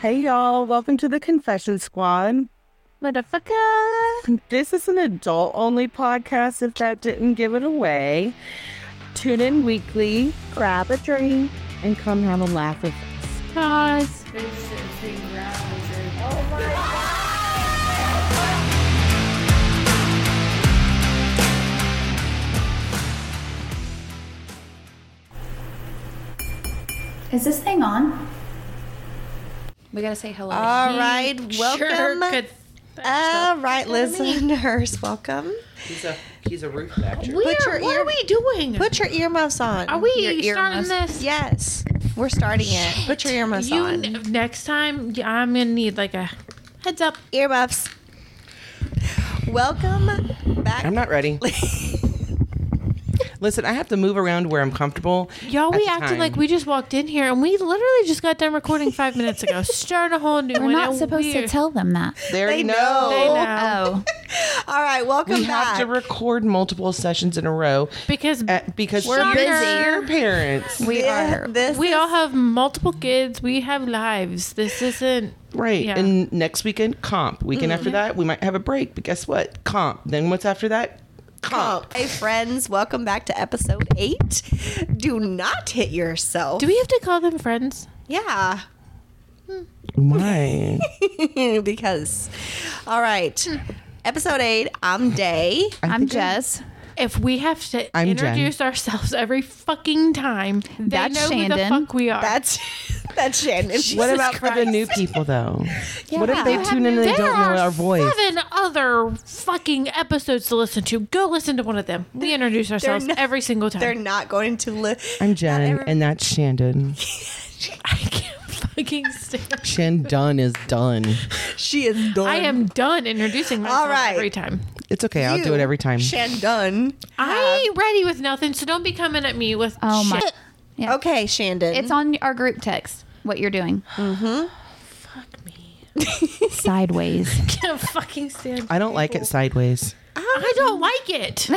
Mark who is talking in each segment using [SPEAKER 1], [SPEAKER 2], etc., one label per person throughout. [SPEAKER 1] Hey y'all, welcome to the Confession Squad. Motherfucker. This is an adult only podcast, if that didn't give it away. Tune in weekly, grab a drink, and come have a laugh with us. Guys.
[SPEAKER 2] Is this thing on?
[SPEAKER 3] We gotta say hello.
[SPEAKER 4] All right, welcome. All right, listeners, welcome.
[SPEAKER 5] He's a he's a roof actor.
[SPEAKER 4] Put your
[SPEAKER 3] what
[SPEAKER 4] ear-
[SPEAKER 3] are we doing?
[SPEAKER 4] Put your earmuffs on.
[SPEAKER 3] are we
[SPEAKER 4] Your
[SPEAKER 3] starting
[SPEAKER 4] earmuffs.
[SPEAKER 3] this?
[SPEAKER 4] Yes, we're starting it. Put your earmuffs
[SPEAKER 3] You
[SPEAKER 4] on.
[SPEAKER 3] n- next time, y- I'm gonna need like a heads up.
[SPEAKER 4] earmuffs. Welcome back.
[SPEAKER 5] I'm not ready. Listen, I have to move around where I'm comfortable.
[SPEAKER 3] Y'all,
[SPEAKER 5] at
[SPEAKER 3] we
[SPEAKER 5] the
[SPEAKER 3] acted
[SPEAKER 5] time.
[SPEAKER 3] like we just walked in here and we literally just got done recording five minutes ago. Start a whole new
[SPEAKER 2] We're
[SPEAKER 3] one.
[SPEAKER 2] not
[SPEAKER 3] and
[SPEAKER 2] supposed
[SPEAKER 3] we're-
[SPEAKER 2] to tell them that.
[SPEAKER 5] They already
[SPEAKER 4] They
[SPEAKER 5] know.
[SPEAKER 3] They
[SPEAKER 4] know.
[SPEAKER 3] know.
[SPEAKER 2] Oh,
[SPEAKER 4] All right, welcome
[SPEAKER 5] We
[SPEAKER 4] back.
[SPEAKER 5] have to record multiple sessions in a row
[SPEAKER 3] Because
[SPEAKER 5] at, because
[SPEAKER 3] We're
[SPEAKER 5] you're
[SPEAKER 3] busy.
[SPEAKER 5] your parents,
[SPEAKER 2] we
[SPEAKER 4] Thi-
[SPEAKER 2] are.
[SPEAKER 4] This
[SPEAKER 3] we
[SPEAKER 4] is-
[SPEAKER 3] all have multiple kids, we have lives. This isn't.
[SPEAKER 5] right?
[SPEAKER 3] Yeah.
[SPEAKER 5] And next weekend comp. Weekend after that, we might have a break. But guess what? Comp. Then what's after that? Comp.
[SPEAKER 4] Oh, Hey friends, welcome back to episode eight. Do not hit yourself.
[SPEAKER 3] Do we have to call them friends?
[SPEAKER 4] yeah,
[SPEAKER 5] Why?
[SPEAKER 4] because. All right, episode eight. I'm Day.
[SPEAKER 2] I'm Jess.
[SPEAKER 3] If we have to
[SPEAKER 5] I'm Jen.
[SPEAKER 3] introduce ourselves every fucking time, they
[SPEAKER 2] That's
[SPEAKER 3] know who the
[SPEAKER 2] Shandon.
[SPEAKER 3] fuck we are.
[SPEAKER 4] That's that's Shannon.
[SPEAKER 5] what about for the new people though? What if they
[SPEAKER 3] You
[SPEAKER 5] tune in and they
[SPEAKER 3] there
[SPEAKER 5] don't know
[SPEAKER 3] are
[SPEAKER 5] our voice?
[SPEAKER 3] Seven other fucking episodes to listen to. Go listen to one of them. We introduce ourselves
[SPEAKER 4] not-
[SPEAKER 3] every single
[SPEAKER 4] They're
[SPEAKER 3] time.
[SPEAKER 4] not going to live.
[SPEAKER 5] I'm Jen,
[SPEAKER 4] every-
[SPEAKER 5] and that's Shandon.
[SPEAKER 3] I can't fucking stand.
[SPEAKER 5] Shandon is done.
[SPEAKER 4] She is done.
[SPEAKER 3] I am done introducing myself
[SPEAKER 4] All right.
[SPEAKER 3] every time.
[SPEAKER 5] It's okay. I'll do
[SPEAKER 4] You,
[SPEAKER 5] it every time.
[SPEAKER 4] Shandon.
[SPEAKER 3] I ain't ready with nothing, so don't be coming at me with
[SPEAKER 2] Oh my.
[SPEAKER 3] shit.
[SPEAKER 2] Yeah.
[SPEAKER 4] Okay, Shandon.
[SPEAKER 2] It's on our group text. What you're doing?
[SPEAKER 3] Fuck me.
[SPEAKER 2] Sideways.
[SPEAKER 3] I can't fucking stand.
[SPEAKER 5] I don't like it sideways.
[SPEAKER 3] I don't like it.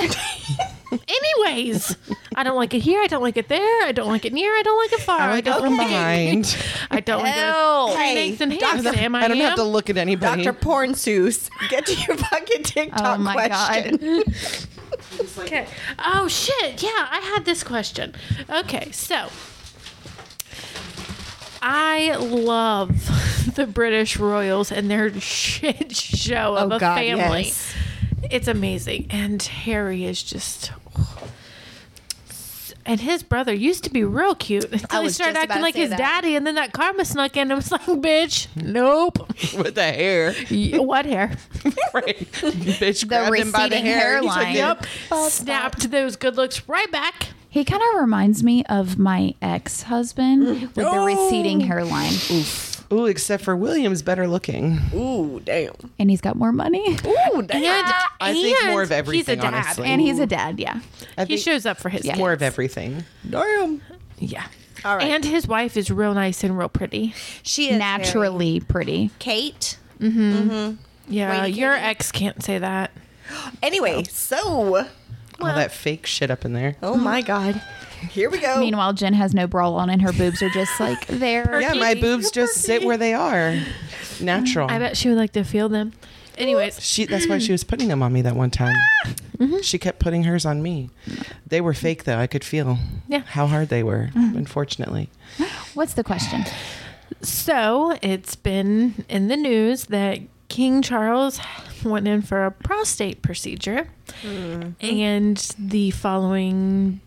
[SPEAKER 3] Anyways, I don't like it here. I don't like it there. I don't like it near. I don't like it far.
[SPEAKER 5] I like it
[SPEAKER 3] don't
[SPEAKER 5] from
[SPEAKER 3] like
[SPEAKER 5] behind.
[SPEAKER 3] I don't like
[SPEAKER 4] Ew.
[SPEAKER 3] it. Three
[SPEAKER 4] Hey,
[SPEAKER 3] eggs and ham,
[SPEAKER 4] Dr.
[SPEAKER 3] Sam. I,
[SPEAKER 5] I don't
[SPEAKER 3] am.
[SPEAKER 5] have to look at anybody.
[SPEAKER 4] Dr. Porn Seuss. Get to your fucking TikTok
[SPEAKER 2] Oh my
[SPEAKER 4] question.
[SPEAKER 2] god.
[SPEAKER 3] Okay. Oh shit. Yeah, I had this question. Okay, so I love the British royals and their shit show of
[SPEAKER 4] Oh,
[SPEAKER 3] a
[SPEAKER 4] God,
[SPEAKER 3] family.
[SPEAKER 4] yes.
[SPEAKER 3] It's amazing, and Harry is just. And his brother used to be real cute until
[SPEAKER 4] I
[SPEAKER 3] he
[SPEAKER 4] was
[SPEAKER 3] started
[SPEAKER 4] just about
[SPEAKER 3] acting
[SPEAKER 4] to
[SPEAKER 3] like
[SPEAKER 4] say
[SPEAKER 3] his
[SPEAKER 4] that.
[SPEAKER 3] daddy, and then that karma snuck in. and I was like, "Bitch, nope,
[SPEAKER 5] with the hair.
[SPEAKER 3] what hair?"
[SPEAKER 5] Right. Bitch
[SPEAKER 2] The
[SPEAKER 5] grabbed him by the
[SPEAKER 2] receding
[SPEAKER 5] hair. and he took
[SPEAKER 2] hairline.
[SPEAKER 5] it.
[SPEAKER 3] Yep, snapped those good looks right back.
[SPEAKER 2] He kind of reminds me of my ex-husband with the receding hairline,
[SPEAKER 5] Ooh, except for William's better looking.
[SPEAKER 4] Ooh, damn.
[SPEAKER 2] and he's got more money,
[SPEAKER 4] Ooh, damn.
[SPEAKER 3] And
[SPEAKER 5] I think more of
[SPEAKER 3] and He's a
[SPEAKER 5] everything,
[SPEAKER 3] dad.
[SPEAKER 5] honestly.
[SPEAKER 2] and he's a dad. Yeah.
[SPEAKER 5] I
[SPEAKER 3] He
[SPEAKER 5] think
[SPEAKER 3] shows up for his
[SPEAKER 2] Yeah.
[SPEAKER 3] yeah.
[SPEAKER 5] more of everything. Damn.
[SPEAKER 3] Yeah.
[SPEAKER 4] All right.
[SPEAKER 3] And his wife is real nice and real pretty.
[SPEAKER 4] she is very-
[SPEAKER 2] Naturally pretty.
[SPEAKER 4] Kate.
[SPEAKER 3] Yeah,
[SPEAKER 4] Wait,
[SPEAKER 3] your
[SPEAKER 4] Katie.
[SPEAKER 3] ex can't say that.
[SPEAKER 4] Anyway, so.
[SPEAKER 5] All that fake shit up in there.
[SPEAKER 4] Oh my god. Here we go.
[SPEAKER 2] Meanwhile, Jen has no bra on, and her boobs are just like there.
[SPEAKER 5] Yeah, my boobs just sit where they are. Natural.
[SPEAKER 3] I bet she would like to feel them. Anyways,
[SPEAKER 5] She that's why she was putting them on me that one time.
[SPEAKER 3] Mm-hmm.
[SPEAKER 5] She kept putting hers on me. They were fake though. I could feel
[SPEAKER 3] Yeah. Mm-hmm.
[SPEAKER 5] how hard they were, unfortunately.
[SPEAKER 2] What's the question?
[SPEAKER 3] so it's been in the news that King Charles went in for a prostate procedure.
[SPEAKER 4] Hmm.
[SPEAKER 3] And the following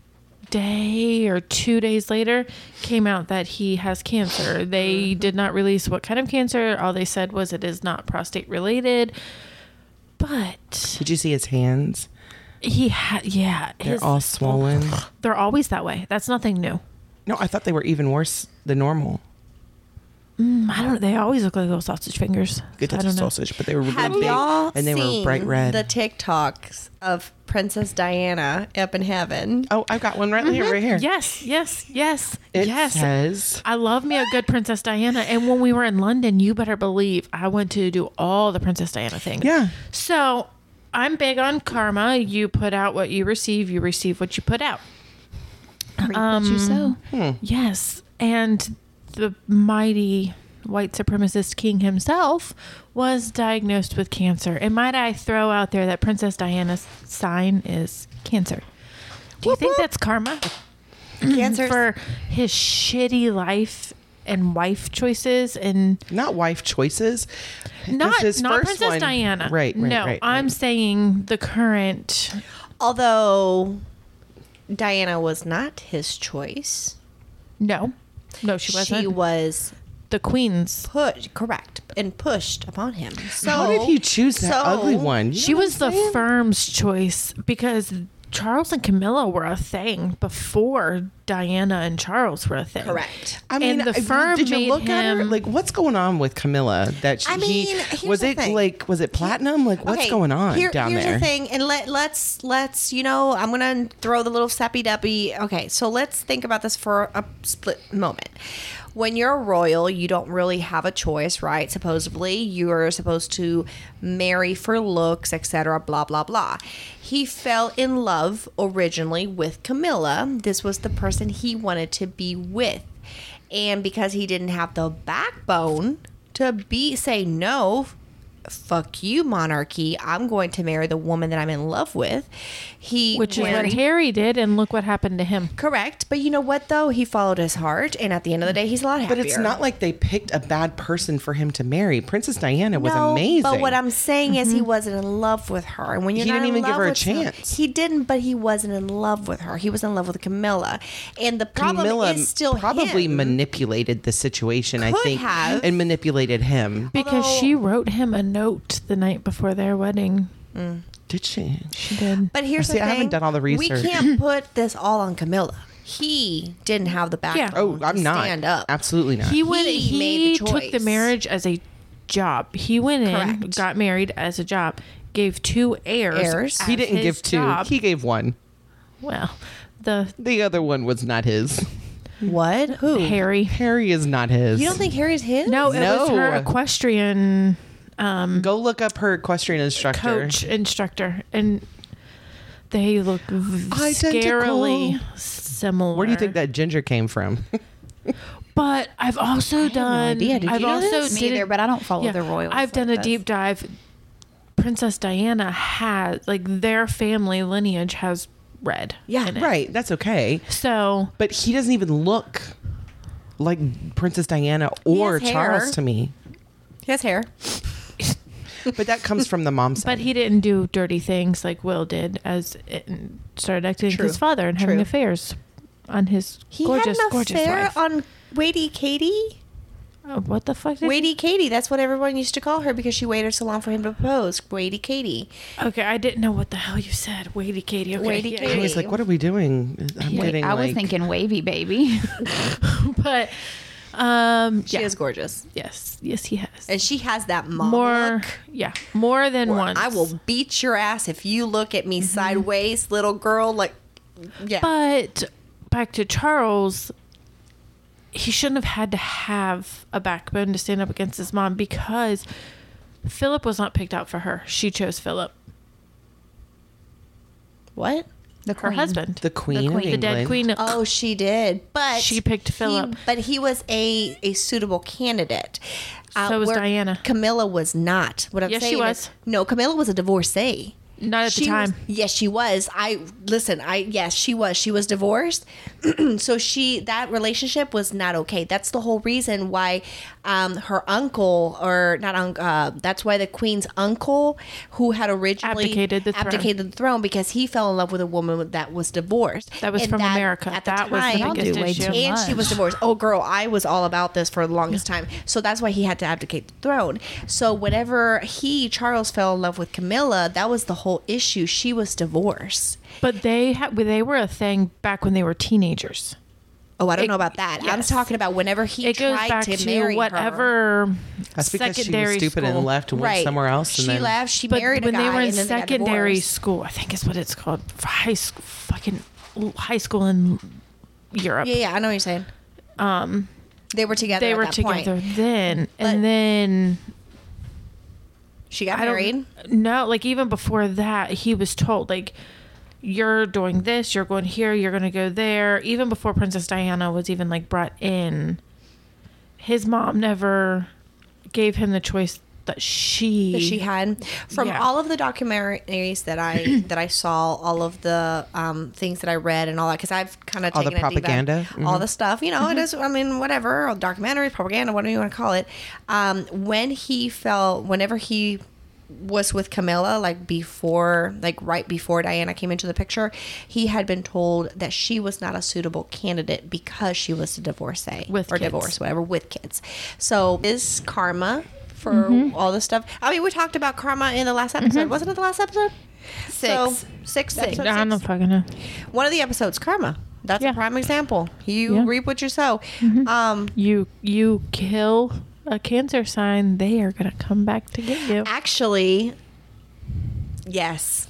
[SPEAKER 3] day or two days later came out that he has cancer. They
[SPEAKER 4] Mm-hmm.
[SPEAKER 3] did not release what kind of cancer. All they said was it is not prostate related. But
[SPEAKER 5] Did you see his hands?
[SPEAKER 3] He had, yeah.
[SPEAKER 5] They're
[SPEAKER 3] his-
[SPEAKER 5] all swollen.
[SPEAKER 3] They're always that way. That's nothing new.
[SPEAKER 5] No, I thought they were even worse than normal.
[SPEAKER 3] I don't. They always look like little sausage fingers.
[SPEAKER 5] Good
[SPEAKER 3] So I
[SPEAKER 5] to
[SPEAKER 3] don't know.
[SPEAKER 5] sausage, but they were really
[SPEAKER 4] Have
[SPEAKER 5] big
[SPEAKER 4] y'all
[SPEAKER 5] and they
[SPEAKER 4] seen
[SPEAKER 5] were bright red.
[SPEAKER 4] the TikToks of Princess Diana up in heaven?
[SPEAKER 5] oh, I've got one right
[SPEAKER 4] Mm-hmm.
[SPEAKER 5] here, right here.
[SPEAKER 3] Yes, yes, yes,
[SPEAKER 5] It
[SPEAKER 3] yes.
[SPEAKER 5] says
[SPEAKER 3] I love me a good Princess Diana. And when we were in London, you better believe I went to do all the Princess Diana things.
[SPEAKER 5] Yeah.
[SPEAKER 3] So I'm big on karma. You put out what you receive. You receive what you put out.
[SPEAKER 2] Um,
[SPEAKER 5] Hmm.
[SPEAKER 2] Reap what you sow.
[SPEAKER 3] Yes, and the mighty white supremacist king himself, was diagnosed with cancer. And might I throw out there that Princess Diana's sign is cancer. Do you think that's karma
[SPEAKER 5] Mm-hmm.
[SPEAKER 4] Cancer.
[SPEAKER 3] for his shitty life and wife choices and
[SPEAKER 5] Not wife choices. This
[SPEAKER 3] not
[SPEAKER 5] is
[SPEAKER 3] not
[SPEAKER 5] first
[SPEAKER 3] Princess
[SPEAKER 5] one.
[SPEAKER 3] Diana.
[SPEAKER 5] Right, right.
[SPEAKER 3] no,
[SPEAKER 5] right,
[SPEAKER 3] I'm
[SPEAKER 5] right.
[SPEAKER 3] saying the current
[SPEAKER 4] Although Diana was not his choice.
[SPEAKER 3] no. No, she wasn't.
[SPEAKER 4] She was
[SPEAKER 3] the queen's
[SPEAKER 4] put correct and pushed upon him. So
[SPEAKER 5] How did he choose that
[SPEAKER 4] so-
[SPEAKER 5] ugly one? You
[SPEAKER 3] She
[SPEAKER 5] know what
[SPEAKER 3] was
[SPEAKER 5] I'm
[SPEAKER 3] the
[SPEAKER 5] saying?
[SPEAKER 3] firm's choice because Charles and Camilla were a thing before Diana and Charles were a thing.
[SPEAKER 4] Correct.
[SPEAKER 5] I mean,
[SPEAKER 3] and the
[SPEAKER 5] I-
[SPEAKER 3] firm
[SPEAKER 5] did you
[SPEAKER 3] made
[SPEAKER 5] look at her?
[SPEAKER 3] him-
[SPEAKER 5] Like, what's going on with Camilla? That she,
[SPEAKER 4] I mean, here's
[SPEAKER 5] he, was
[SPEAKER 4] the
[SPEAKER 5] it
[SPEAKER 4] thing.
[SPEAKER 5] like was it platinum? Like, what's
[SPEAKER 4] Okay,
[SPEAKER 5] going on
[SPEAKER 4] here-
[SPEAKER 5] down
[SPEAKER 4] here's
[SPEAKER 5] there?
[SPEAKER 4] the thing, and let let's let's you know I'm gonna throw the little sappy duppy. Okay, so let's think about this for a split moment. When you're a royal, you don't really have a choice, right? Supposedly, you're supposed to marry for looks, etc. Blah blah blah. He fell in love originally with Camilla. This was the person he wanted to be with, and because he didn't have the backbone to be say no fuck you monarchy i'm going to marry the woman that i'm in love with he
[SPEAKER 3] Which is what
[SPEAKER 4] married-
[SPEAKER 3] Harry did, and look what happened to him.
[SPEAKER 4] correct but you know what though he followed his heart and at the end of the day he's a lot happier
[SPEAKER 5] But it's not like they picked a bad person for him to marry. Princess Diana was
[SPEAKER 4] No,
[SPEAKER 5] amazing.
[SPEAKER 4] but what i'm saying is
[SPEAKER 3] Mm-hmm.
[SPEAKER 4] he wasn't in love with her and when you're
[SPEAKER 5] He
[SPEAKER 4] not
[SPEAKER 5] didn't
[SPEAKER 4] in
[SPEAKER 5] even give
[SPEAKER 4] love
[SPEAKER 5] her a
[SPEAKER 4] with someone-
[SPEAKER 5] chance.
[SPEAKER 4] he didn't but he wasn't in love with her he was in love with camilla and the problem
[SPEAKER 5] Camilla
[SPEAKER 4] is still
[SPEAKER 5] probably
[SPEAKER 4] him.
[SPEAKER 5] manipulated the situation, I
[SPEAKER 4] Could
[SPEAKER 5] think,
[SPEAKER 4] have.
[SPEAKER 5] and manipulated him.
[SPEAKER 3] Because she wrote him a note the night before their wedding.
[SPEAKER 5] Did she?
[SPEAKER 3] She did.
[SPEAKER 4] But here's
[SPEAKER 5] See,
[SPEAKER 4] the
[SPEAKER 5] I
[SPEAKER 4] thing.
[SPEAKER 5] haven't done all the research.
[SPEAKER 4] We can't put this all on Camilla. He didn't have the backbone.
[SPEAKER 5] Oh, I'm
[SPEAKER 4] to
[SPEAKER 5] not.
[SPEAKER 4] Stand up.
[SPEAKER 5] Absolutely not.
[SPEAKER 3] He went.
[SPEAKER 4] He
[SPEAKER 3] He,
[SPEAKER 4] made the
[SPEAKER 3] took the
[SPEAKER 4] choice.
[SPEAKER 3] marriage as a job. He went in,
[SPEAKER 4] Correct.
[SPEAKER 3] got married as a job, gave two heirs.
[SPEAKER 4] Heirs.
[SPEAKER 5] he
[SPEAKER 3] as
[SPEAKER 5] didn't
[SPEAKER 3] his
[SPEAKER 5] give two.
[SPEAKER 3] job.
[SPEAKER 5] He gave one.
[SPEAKER 3] well, the
[SPEAKER 5] The other one was not his.
[SPEAKER 4] What? Who?
[SPEAKER 3] Harry.
[SPEAKER 5] Harry is not his.
[SPEAKER 4] You don't think Harry's his?
[SPEAKER 3] No, it was
[SPEAKER 5] No.
[SPEAKER 3] her equestrian.
[SPEAKER 5] Go look up her equestrian instructor.
[SPEAKER 3] coach instructor and they look v-
[SPEAKER 5] Identical.
[SPEAKER 3] scarily similar
[SPEAKER 5] Where do you think that ginger came from?
[SPEAKER 3] but i've also done
[SPEAKER 4] idea. Did
[SPEAKER 3] i've
[SPEAKER 4] you know
[SPEAKER 3] also
[SPEAKER 4] this?
[SPEAKER 2] Me
[SPEAKER 3] did-
[SPEAKER 2] either, but I don't follow
[SPEAKER 3] yeah,
[SPEAKER 2] the royals
[SPEAKER 3] i've done a
[SPEAKER 2] like this.
[SPEAKER 3] deep dive princess diana has like their family lineage has red in it.
[SPEAKER 5] right. That's okay.
[SPEAKER 3] so
[SPEAKER 5] But he doesn't even look like Princess Diana or
[SPEAKER 4] hair.
[SPEAKER 5] Charles to me.
[SPEAKER 4] He has hair.
[SPEAKER 5] But that comes from the mom's
[SPEAKER 3] but
[SPEAKER 5] side.
[SPEAKER 3] he didn't do dirty things like will did as and started acting like
[SPEAKER 4] True.
[SPEAKER 3] his father and having
[SPEAKER 4] True.
[SPEAKER 3] affairs on his
[SPEAKER 4] He
[SPEAKER 3] gorgeous
[SPEAKER 4] had an
[SPEAKER 3] gorgeous
[SPEAKER 4] affair
[SPEAKER 3] wife.
[SPEAKER 4] on Waity Katie.
[SPEAKER 3] Oh, what the fuck did he
[SPEAKER 4] Waity Katie. That's what everyone used to call her because she waited so long for him to propose. Waity Katie.
[SPEAKER 3] Okay, I didn't know what the hell you said. Waity Katie. Okay.
[SPEAKER 4] Waity
[SPEAKER 3] yeah,
[SPEAKER 5] I
[SPEAKER 4] Katie.
[SPEAKER 5] was like, what are we doing? I'm
[SPEAKER 2] Wait,
[SPEAKER 5] getting
[SPEAKER 2] I was
[SPEAKER 5] like-
[SPEAKER 2] thinking wavy baby.
[SPEAKER 3] But um
[SPEAKER 4] She
[SPEAKER 3] yeah.
[SPEAKER 4] is gorgeous,
[SPEAKER 3] yes. Yes, he has.
[SPEAKER 4] and she has that mom
[SPEAKER 3] more
[SPEAKER 4] look.
[SPEAKER 3] yeah, more than once.
[SPEAKER 4] I will beat your ass if you look at me sideways, little girl. Like,
[SPEAKER 3] Mm-hmm.
[SPEAKER 4] yeah.
[SPEAKER 3] But back to Charles, he shouldn't have had to have a backbone to stand up against his mom because Philip was not picked out for her. She chose Philip,
[SPEAKER 4] what?
[SPEAKER 2] The
[SPEAKER 3] her
[SPEAKER 2] queen.
[SPEAKER 3] husband.
[SPEAKER 5] the Queen, of
[SPEAKER 2] queen.
[SPEAKER 5] England.
[SPEAKER 3] the dead queen.
[SPEAKER 4] Oh, she did, but
[SPEAKER 3] She picked
[SPEAKER 4] he-
[SPEAKER 3] Philip.
[SPEAKER 4] but he was a a suitable candidate. Uh,
[SPEAKER 3] So was
[SPEAKER 4] where
[SPEAKER 3] Diana.
[SPEAKER 4] Camilla was not. What I'm
[SPEAKER 3] Yes, she
[SPEAKER 4] saying
[SPEAKER 3] was.
[SPEAKER 4] is- no, Camilla was a divorcee.
[SPEAKER 3] Not at the
[SPEAKER 4] She was-
[SPEAKER 3] time.
[SPEAKER 4] yes, she was. I listen. I yes, she was. She was divorced, so she that relationship was not okay. That's the whole reason why um, her uncle or not uncle. Uh, that's why the queen's uncle, who had originally
[SPEAKER 3] Abdicated the throne.
[SPEAKER 4] abdicated the throne because he fell in love with a woman that was divorced.
[SPEAKER 3] That was
[SPEAKER 4] And
[SPEAKER 3] from America. That was the
[SPEAKER 2] Y'all do
[SPEAKER 3] biggest
[SPEAKER 2] way
[SPEAKER 3] issue.
[SPEAKER 2] too
[SPEAKER 4] and she was
[SPEAKER 2] much.
[SPEAKER 4] divorced. Oh, girl, I was all about this for the longest time. So that's why he had to abdicate the throne. So whenever he, Charles, fell in love with Camilla, that was the whole issue. She was divorced.
[SPEAKER 3] But they ha- they were a thing back when they were teenagers.
[SPEAKER 4] Oh, I don't
[SPEAKER 3] It-
[SPEAKER 4] know about that. I'm
[SPEAKER 3] yes.
[SPEAKER 4] talking about whenever he
[SPEAKER 3] It goes
[SPEAKER 4] tried
[SPEAKER 3] back
[SPEAKER 4] to,
[SPEAKER 3] to,
[SPEAKER 4] marry her.
[SPEAKER 3] whatever
[SPEAKER 5] That's because she was
[SPEAKER 3] secondary
[SPEAKER 5] stupid
[SPEAKER 3] school.
[SPEAKER 5] and left and went
[SPEAKER 4] Right.
[SPEAKER 5] somewhere else.
[SPEAKER 4] She
[SPEAKER 5] and then,
[SPEAKER 4] left. She
[SPEAKER 3] But
[SPEAKER 4] married
[SPEAKER 3] when
[SPEAKER 4] a guy.
[SPEAKER 3] they were in
[SPEAKER 4] and then they got
[SPEAKER 3] secondary
[SPEAKER 4] divorced.
[SPEAKER 3] school, I think is what it's called, high school, fucking high school in Europe.
[SPEAKER 4] Yeah, yeah, I know what you're saying.
[SPEAKER 3] Um,
[SPEAKER 4] They were together.
[SPEAKER 3] they
[SPEAKER 4] at
[SPEAKER 3] were
[SPEAKER 4] that
[SPEAKER 3] together
[SPEAKER 4] Point.
[SPEAKER 3] then,
[SPEAKER 4] But
[SPEAKER 3] and then
[SPEAKER 4] She got
[SPEAKER 3] I don't
[SPEAKER 4] married.
[SPEAKER 3] no, like even before that, he was told like you're doing this, you're going here, you're going to go there. Even before Princess Diana was even like brought in, his mom never gave him the choice that she
[SPEAKER 4] that she had from
[SPEAKER 3] Yeah.
[SPEAKER 4] all of the documentaries that I that I saw, all of the um, things that I read, and all that because I've kind of
[SPEAKER 5] All the
[SPEAKER 4] taken a deep dive,
[SPEAKER 5] propaganda?
[SPEAKER 4] all the stuff. You know,
[SPEAKER 3] Mm-hmm.
[SPEAKER 4] it is. I mean, whatever, or documentary, propaganda, whatever you want to call it. Um, when he fell, whenever he was with Camilla, like before, like right before Diana came into the picture, he had been told that she was not a suitable candidate because she was a divorcee
[SPEAKER 3] With
[SPEAKER 4] or
[SPEAKER 3] kids.
[SPEAKER 4] divorced whatever with kids. So is karma for
[SPEAKER 3] Mm-hmm.
[SPEAKER 4] all this stuff? I mean, we talked about karma in the last episode. Wasn't it the last episode? Six, so, six, six.
[SPEAKER 3] I don't
[SPEAKER 4] six.
[SPEAKER 3] fucking know.
[SPEAKER 4] One of the episodes, karma. That's
[SPEAKER 3] Yeah.
[SPEAKER 4] a prime example. You
[SPEAKER 3] Yeah. Mm-hmm.
[SPEAKER 4] reap what you sow. Um,
[SPEAKER 3] You you kill a cancer sign, they are gonna come back to get you.
[SPEAKER 4] actually, yes.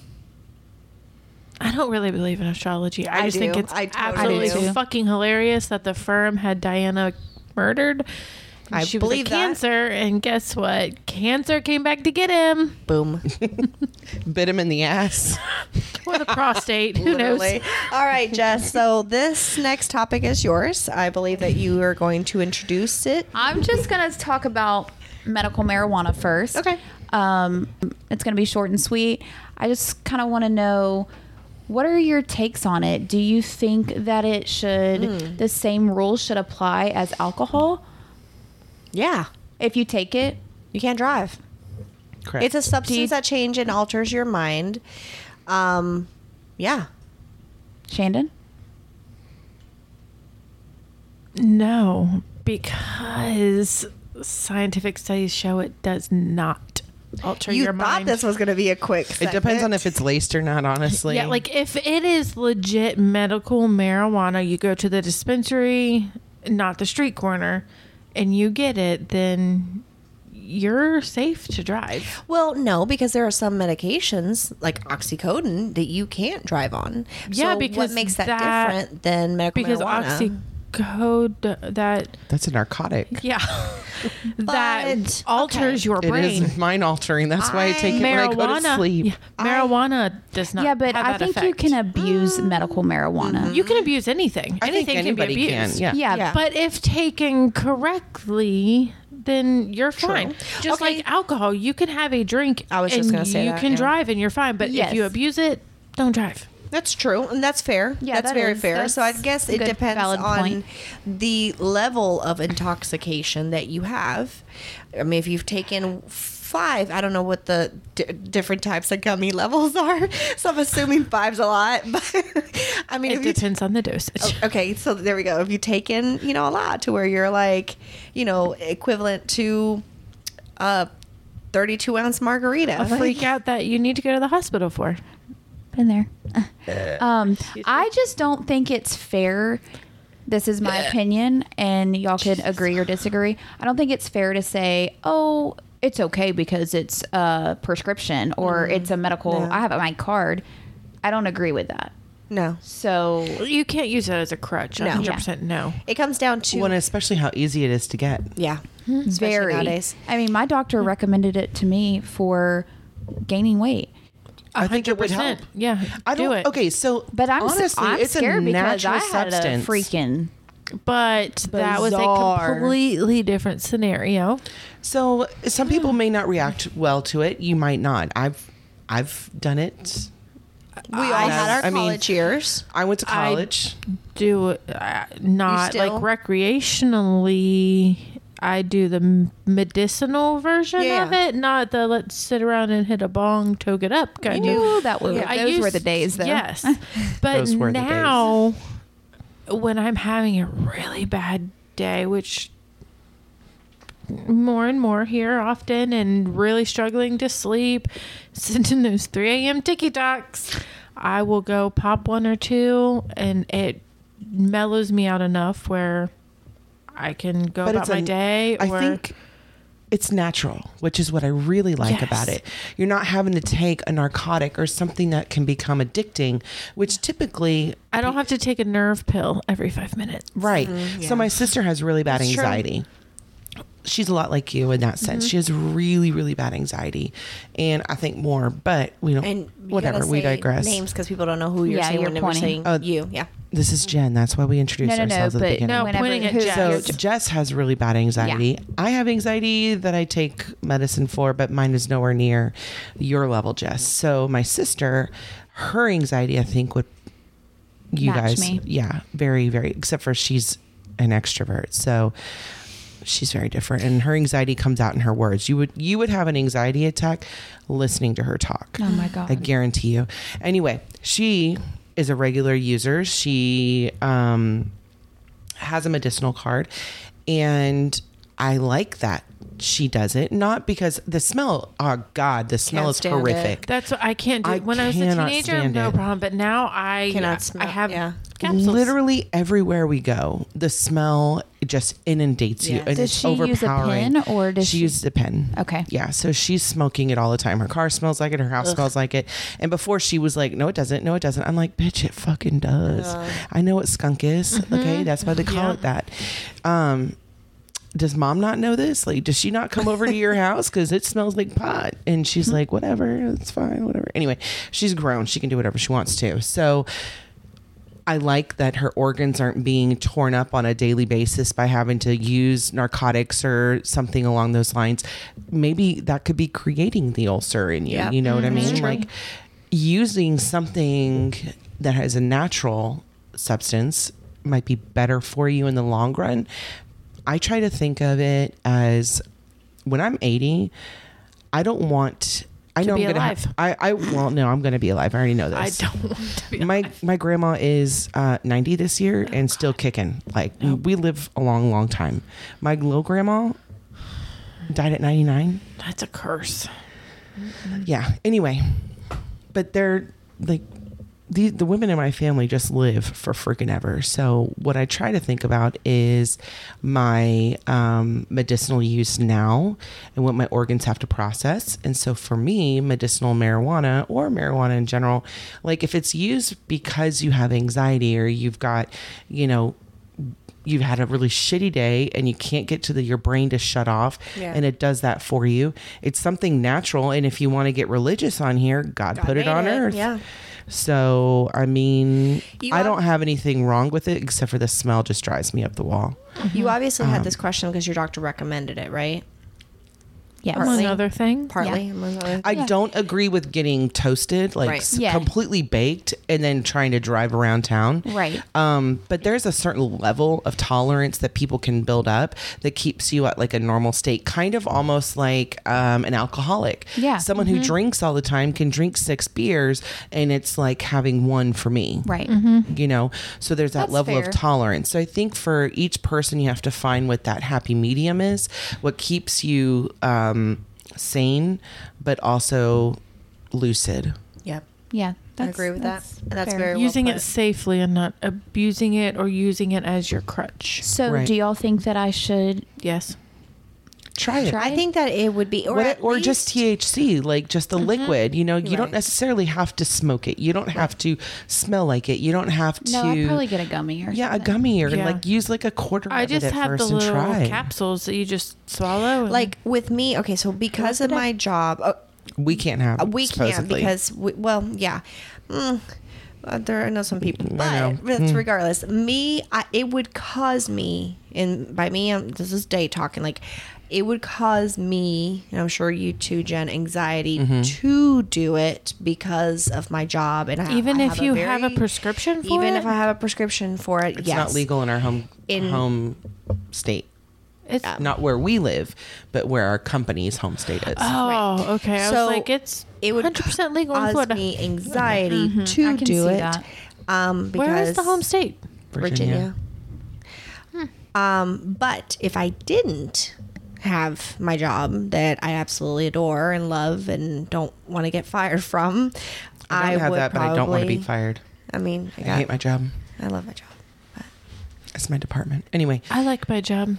[SPEAKER 3] I don't really believe in astrology. I,
[SPEAKER 4] I
[SPEAKER 3] just think
[SPEAKER 4] do.
[SPEAKER 3] it's
[SPEAKER 4] I totally
[SPEAKER 3] absolutely
[SPEAKER 2] do.
[SPEAKER 3] fucking hilarious that the firm had Diana murdered. And
[SPEAKER 4] I
[SPEAKER 3] she
[SPEAKER 4] believe
[SPEAKER 3] was a
[SPEAKER 4] that.
[SPEAKER 3] cancer, and guess what? Cancer came back to get him.
[SPEAKER 4] Boom.
[SPEAKER 5] Bit him in the ass.
[SPEAKER 3] Or the prostate. Who knows?
[SPEAKER 4] Literally. All right, Jess. So this next topic is yours. I believe that you are going to introduce it.
[SPEAKER 2] I'm just going to talk about medical marijuana first.
[SPEAKER 4] Okay.
[SPEAKER 2] Um, it's going to be short and sweet. I just kind of want to know what are your takes on it? Do you think that it should,
[SPEAKER 5] Hmm.
[SPEAKER 2] the same rules should apply as alcohol
[SPEAKER 4] Yeah.
[SPEAKER 2] if you take it?
[SPEAKER 4] You can't drive.
[SPEAKER 5] Correct.
[SPEAKER 4] It's a substance that changes and alters your mind. Um, yeah.
[SPEAKER 2] Shandon?
[SPEAKER 3] No, because scientific studies show it does not alter
[SPEAKER 4] you
[SPEAKER 3] your
[SPEAKER 4] thought
[SPEAKER 3] mind.
[SPEAKER 4] this was going to be a quick.
[SPEAKER 5] it depends on if it's laced or not, honestly.
[SPEAKER 3] yeah, like if it is legit medical marijuana, you go to the dispensary, not the street corner, and you get it, then you're safe to drive.
[SPEAKER 4] Well, no, because there are some medications like oxycodone that you can't drive on.
[SPEAKER 3] Yeah,
[SPEAKER 4] so what
[SPEAKER 3] because
[SPEAKER 4] makes that,
[SPEAKER 3] that-
[SPEAKER 4] different than medical
[SPEAKER 3] Because
[SPEAKER 4] marijuana?
[SPEAKER 3] oxycode that
[SPEAKER 5] that's a narcotic.
[SPEAKER 3] yeah that
[SPEAKER 4] But-
[SPEAKER 3] alters
[SPEAKER 4] okay.
[SPEAKER 3] your
[SPEAKER 5] It
[SPEAKER 3] brain.
[SPEAKER 5] is mind altering. That's why I take it when I go to
[SPEAKER 3] marijuana
[SPEAKER 5] sleep.
[SPEAKER 3] yeah, marijuana does not
[SPEAKER 2] yeah, but
[SPEAKER 3] have
[SPEAKER 2] I
[SPEAKER 3] that
[SPEAKER 2] think you
[SPEAKER 3] effect.
[SPEAKER 2] can abuse medical
[SPEAKER 5] Mm-hmm.
[SPEAKER 2] marijuana.
[SPEAKER 3] you can abuse anything
[SPEAKER 5] I think
[SPEAKER 3] anything can be
[SPEAKER 5] anybody
[SPEAKER 3] abused
[SPEAKER 5] can. Yeah.
[SPEAKER 2] yeah,
[SPEAKER 4] Yeah.
[SPEAKER 3] But if taken correctly, then you're fine. Just
[SPEAKER 4] Okay.
[SPEAKER 3] like alcohol, you can have a drink.
[SPEAKER 4] I was just
[SPEAKER 3] and
[SPEAKER 4] gonna say
[SPEAKER 3] you
[SPEAKER 4] that,
[SPEAKER 3] can
[SPEAKER 4] yeah.
[SPEAKER 3] drive and you're fine. But
[SPEAKER 2] Yes.
[SPEAKER 3] if you abuse it, don't drive.
[SPEAKER 4] That's true, and that's fair.
[SPEAKER 2] Yeah,
[SPEAKER 4] that's
[SPEAKER 2] that
[SPEAKER 4] very
[SPEAKER 2] is-
[SPEAKER 4] fair. so I
[SPEAKER 2] that's
[SPEAKER 4] guess
[SPEAKER 2] a
[SPEAKER 4] it
[SPEAKER 2] good,
[SPEAKER 4] depends
[SPEAKER 2] valid
[SPEAKER 4] on
[SPEAKER 2] point.
[SPEAKER 4] the level of intoxication that you have. I mean, if you've taken five, I don't know what the di different types of gummy levels are. So I'm assuming five's a lot. But I mean,
[SPEAKER 3] It
[SPEAKER 4] if you
[SPEAKER 3] depends on the dosage.
[SPEAKER 4] Oh, okay, so there we go. If you take in, you know, a lot to where you're like, you know, equivalent to a 32 ounce margarita.
[SPEAKER 3] A
[SPEAKER 4] Like,
[SPEAKER 3] freak out that you need to go to the hospital for.
[SPEAKER 2] been there.
[SPEAKER 5] Uh,
[SPEAKER 2] um, I just don't think it's fair. This is my opinion, and y'all can agree or disagree. I don't think it's fair to say, "Oh, it's okay because it's a prescription or
[SPEAKER 4] Mm-hmm.
[SPEAKER 2] it's a medical."
[SPEAKER 4] no.
[SPEAKER 2] I have it on my card. I don't agree with that.
[SPEAKER 4] No,
[SPEAKER 2] So
[SPEAKER 3] You can't use it as a crutch.
[SPEAKER 4] No.
[SPEAKER 3] 100% no.
[SPEAKER 4] it comes down to,
[SPEAKER 5] Well, and especially how easy it is to get.
[SPEAKER 4] yeah. Especially
[SPEAKER 2] very.
[SPEAKER 4] nowadays. Mm.
[SPEAKER 2] I mean, my doctor recommended it to me for gaining weight.
[SPEAKER 5] I think it would help.
[SPEAKER 3] 100%. Yeah.
[SPEAKER 5] I don't.
[SPEAKER 3] do it.
[SPEAKER 5] Okay, so
[SPEAKER 2] But I'm s-
[SPEAKER 5] honestly,
[SPEAKER 2] I'm
[SPEAKER 5] it's a
[SPEAKER 2] scared because
[SPEAKER 5] natural
[SPEAKER 2] I had
[SPEAKER 5] substance.
[SPEAKER 2] a freaking
[SPEAKER 3] But that was a
[SPEAKER 2] Bizarre.
[SPEAKER 3] completely different scenario.
[SPEAKER 5] So some people may not react well to it. You might not. I've I've done it.
[SPEAKER 4] We all had our
[SPEAKER 5] I mean-
[SPEAKER 4] college years.
[SPEAKER 5] I went to college.
[SPEAKER 3] do uh, not like
[SPEAKER 4] still-
[SPEAKER 3] recreationally. I do the m- medicinal version
[SPEAKER 4] Yeah.
[SPEAKER 3] of it, not the let's sit around and hit a bong, toke it up kind of.
[SPEAKER 2] Ooh, that was
[SPEAKER 3] I
[SPEAKER 2] those were
[SPEAKER 3] used-
[SPEAKER 2] the days, though.
[SPEAKER 3] Yes, but
[SPEAKER 5] Those were the days.
[SPEAKER 3] now when I'm having a really bad day, which more and more here often, and really struggling to sleep, sending those 3 a.m. ticky tocks, I will go pop one or two, and it mellows me out enough where I can go about my
[SPEAKER 5] a-
[SPEAKER 3] day.
[SPEAKER 5] I
[SPEAKER 3] or,
[SPEAKER 5] think it's natural, which is what I really like about
[SPEAKER 3] Yes.
[SPEAKER 5] it. You're not having to take a narcotic or something that can become addicting, which typically
[SPEAKER 3] I don't have to take a nerve pill every five minutes.
[SPEAKER 5] right. So my sister has really bad
[SPEAKER 4] That's true.
[SPEAKER 5] anxiety. she's a lot like you in that sense. She has really, really bad anxiety, and I think more. But we don't.
[SPEAKER 4] And you
[SPEAKER 5] whatever.
[SPEAKER 4] gotta
[SPEAKER 5] We
[SPEAKER 4] say
[SPEAKER 5] digress. Uh,
[SPEAKER 4] Names because people don't know who you're
[SPEAKER 2] Yeah,
[SPEAKER 4] saying
[SPEAKER 2] you're
[SPEAKER 4] when we're
[SPEAKER 2] pointing.
[SPEAKER 4] saying you. Yeah.
[SPEAKER 5] This is Jen. That's why we introduced
[SPEAKER 2] No, no, no.
[SPEAKER 5] ourselves at the
[SPEAKER 2] But
[SPEAKER 5] beginning.
[SPEAKER 3] No,
[SPEAKER 2] whenever
[SPEAKER 3] pointing at
[SPEAKER 2] who's-
[SPEAKER 3] Jess.
[SPEAKER 5] So
[SPEAKER 3] Yes.
[SPEAKER 5] Jess has really bad anxiety. I have anxiety that I take medicine for, but mine is nowhere near your level, Jess. So my sister, her anxiety, I think, would you
[SPEAKER 2] Match
[SPEAKER 5] guys,
[SPEAKER 2] me.
[SPEAKER 5] yeah, very, very. Except for she's an extrovert, so she's very different, and her anxiety comes out in her words. You would you would have an anxiety attack listening to her talk.
[SPEAKER 2] Oh my god.
[SPEAKER 5] I guarantee you. Anyway, she is a regular user. She um, has a medicinal card, and I like that she does it. Not because the smell. Oh God, the smell
[SPEAKER 4] Can't
[SPEAKER 5] is
[SPEAKER 4] stand it.
[SPEAKER 5] horrific.
[SPEAKER 3] That's what I can't do.
[SPEAKER 5] I
[SPEAKER 3] when I was a
[SPEAKER 5] cannot
[SPEAKER 3] teenager,
[SPEAKER 5] stand
[SPEAKER 3] no
[SPEAKER 5] it.
[SPEAKER 3] problem. But now I
[SPEAKER 4] Cannot
[SPEAKER 3] I-
[SPEAKER 4] smell-
[SPEAKER 3] I have
[SPEAKER 4] yeah.
[SPEAKER 3] capsules.
[SPEAKER 5] Literally everywhere we go, the smell just inundates you,
[SPEAKER 4] Yeah.
[SPEAKER 5] and
[SPEAKER 2] Does
[SPEAKER 5] it's
[SPEAKER 2] she use a
[SPEAKER 5] overpowering.
[SPEAKER 2] pen, or does
[SPEAKER 5] she,
[SPEAKER 2] she-
[SPEAKER 5] uses a pen?
[SPEAKER 2] Okay.
[SPEAKER 5] yeah. So she's smoking it all the time. Her car smells like it. Her house smells like it. And before she was like, "No, it doesn't. No, it doesn't." I'm like, "Bitch, it fucking does." I know what skunk is.
[SPEAKER 2] Mm-hmm.
[SPEAKER 5] Okay, that's why they call it that. Um, does mom not know this? Like, does she not come over to your house because it smells like pot? And
[SPEAKER 2] Mm-hmm.
[SPEAKER 5] she's like, whatever, it's fine, whatever. Anyway, she's grown. She can do whatever she wants to. So I like that her organs aren't being torn up on a daily basis by having to use narcotics or something along those lines. Maybe that could be creating the ulcer in you.
[SPEAKER 4] Yeah.
[SPEAKER 5] You know
[SPEAKER 3] Mm-hmm.
[SPEAKER 5] what I mean? Like using something that has a natural substance might be better for you in the long run. I try to think of it as when I'm 80, I don't want. I
[SPEAKER 3] To
[SPEAKER 5] know
[SPEAKER 3] be
[SPEAKER 5] I'm gonna.
[SPEAKER 3] alive.
[SPEAKER 5] Have, I I well no I'm gonna be alive. I already know this
[SPEAKER 3] I don't want to be.
[SPEAKER 5] my my grandma is uh, 90 this year and still kicking like we live a long long time my little grandma died at 99
[SPEAKER 3] That's a curse.
[SPEAKER 5] yeah anyway but they're like the, the women in my family just live for freaking ever. So what I try to think about is my um, medicinal use now and what my organs have to process. And so for me, medicinal marijuana or marijuana in general, like if it's used because you have anxiety or you've got, you know, you've had a really shitty day and you can't get to the, your brain to shut off
[SPEAKER 4] Yeah.
[SPEAKER 5] and it does that for you. It's something natural. And if you want to get religious on here, God,
[SPEAKER 4] God
[SPEAKER 5] put it
[SPEAKER 4] made
[SPEAKER 5] on
[SPEAKER 4] it,
[SPEAKER 5] earth.
[SPEAKER 4] yeah.
[SPEAKER 5] So I mean,
[SPEAKER 4] You
[SPEAKER 5] I
[SPEAKER 4] have-
[SPEAKER 5] don't have anything wrong with it except for the smell just drives me up the wall.
[SPEAKER 4] You obviously
[SPEAKER 5] Uh-huh.
[SPEAKER 4] had this question because your doctor recommended it, right?
[SPEAKER 2] Yes.
[SPEAKER 4] Partly.
[SPEAKER 3] Among other thing.
[SPEAKER 4] Partly. among other-
[SPEAKER 5] I
[SPEAKER 2] Yeah.
[SPEAKER 5] don't agree with getting toasted, like
[SPEAKER 4] Right.
[SPEAKER 5] s-
[SPEAKER 2] Yeah.
[SPEAKER 5] completely baked, and then trying to drive around town.
[SPEAKER 2] Right.
[SPEAKER 5] Um, but there's a certain level of tolerance that people can build up that keeps you at like a normal state, kind of almost like um, an alcoholic.
[SPEAKER 2] Yeah. Mm-hmm.
[SPEAKER 5] Someone who drinks all the time can drink six beers, and it's like having one for me.
[SPEAKER 2] Right.
[SPEAKER 5] you know so there's that
[SPEAKER 2] Mm-hmm. That's
[SPEAKER 5] level
[SPEAKER 2] fair.
[SPEAKER 5] of tolerance so i think for each person you have to find what that happy medium is what keeps you um, sane but also lucid
[SPEAKER 4] Yep.
[SPEAKER 2] Yeah. that's-
[SPEAKER 4] agree with that.
[SPEAKER 2] that's
[SPEAKER 4] That's
[SPEAKER 2] fair.
[SPEAKER 4] very well
[SPEAKER 3] Using it
[SPEAKER 4] put.
[SPEAKER 3] safely and not abusing it or using it as your crutch.
[SPEAKER 2] So,
[SPEAKER 5] Right.
[SPEAKER 2] do y'all think that I should?
[SPEAKER 3] Yes.
[SPEAKER 5] try it
[SPEAKER 2] Try
[SPEAKER 4] I think that it would be, or,
[SPEAKER 5] What-
[SPEAKER 4] at
[SPEAKER 5] or just
[SPEAKER 4] least- Mm-hmm.
[SPEAKER 5] THC, like just the liquid. You know, you don't
[SPEAKER 4] Right.
[SPEAKER 5] necessarily have to smoke it. You don't have to smell like it. You don't have to.
[SPEAKER 2] No, I'd probably get a gummy or
[SPEAKER 5] yeah, a
[SPEAKER 2] something.
[SPEAKER 5] gummy or
[SPEAKER 3] Yeah.
[SPEAKER 5] like use like a quarter
[SPEAKER 3] I
[SPEAKER 5] of
[SPEAKER 3] just
[SPEAKER 5] it at
[SPEAKER 3] have the
[SPEAKER 5] first and
[SPEAKER 3] little
[SPEAKER 5] try.
[SPEAKER 3] capsules that you just swallow. and-
[SPEAKER 4] like with me. Okay, so because of my job, uh,
[SPEAKER 5] We can't have.
[SPEAKER 4] Uh, we can't
[SPEAKER 5] supposedly.
[SPEAKER 4] because we, well yeah mm, uh, there I know some people
[SPEAKER 5] Mm, I
[SPEAKER 4] but
[SPEAKER 5] know. Hmm.
[SPEAKER 4] that's regardless me I, it would cause me and by me um this is day talking like it would cause me and i'm sure you too jen anxiety
[SPEAKER 5] Mm-hmm.
[SPEAKER 4] to do it because of my job and I,
[SPEAKER 3] Even
[SPEAKER 4] I
[SPEAKER 3] if you have a
[SPEAKER 4] very-
[SPEAKER 3] prescription for
[SPEAKER 4] even
[SPEAKER 3] it?
[SPEAKER 4] if i have a prescription for it
[SPEAKER 5] it's
[SPEAKER 4] yes
[SPEAKER 5] not legal in our home
[SPEAKER 4] In-
[SPEAKER 5] home state.
[SPEAKER 3] it's,
[SPEAKER 4] uh,
[SPEAKER 5] not where we live, but where our company's home state is.
[SPEAKER 3] Oh, okay. I
[SPEAKER 4] So,
[SPEAKER 3] was like, it's
[SPEAKER 4] it would
[SPEAKER 3] 100% legal in
[SPEAKER 4] cause
[SPEAKER 3] Florida. Mm-hmm.
[SPEAKER 4] me anxiety to
[SPEAKER 2] I can
[SPEAKER 4] do
[SPEAKER 2] see
[SPEAKER 4] it
[SPEAKER 2] that.
[SPEAKER 4] um because
[SPEAKER 3] Where is the home state?
[SPEAKER 4] Virginia. Um, but if I didn't have my job that I absolutely adore and love and don't want to get fired from,
[SPEAKER 5] I
[SPEAKER 4] I,
[SPEAKER 5] don't have
[SPEAKER 4] would
[SPEAKER 5] that, but I don't want to be
[SPEAKER 4] probably-
[SPEAKER 5] fired.
[SPEAKER 4] I mean, I,
[SPEAKER 5] I
[SPEAKER 4] got,
[SPEAKER 5] hate my job.
[SPEAKER 4] I love my job. but-
[SPEAKER 5] That's my department. Anyway,
[SPEAKER 3] I like my job.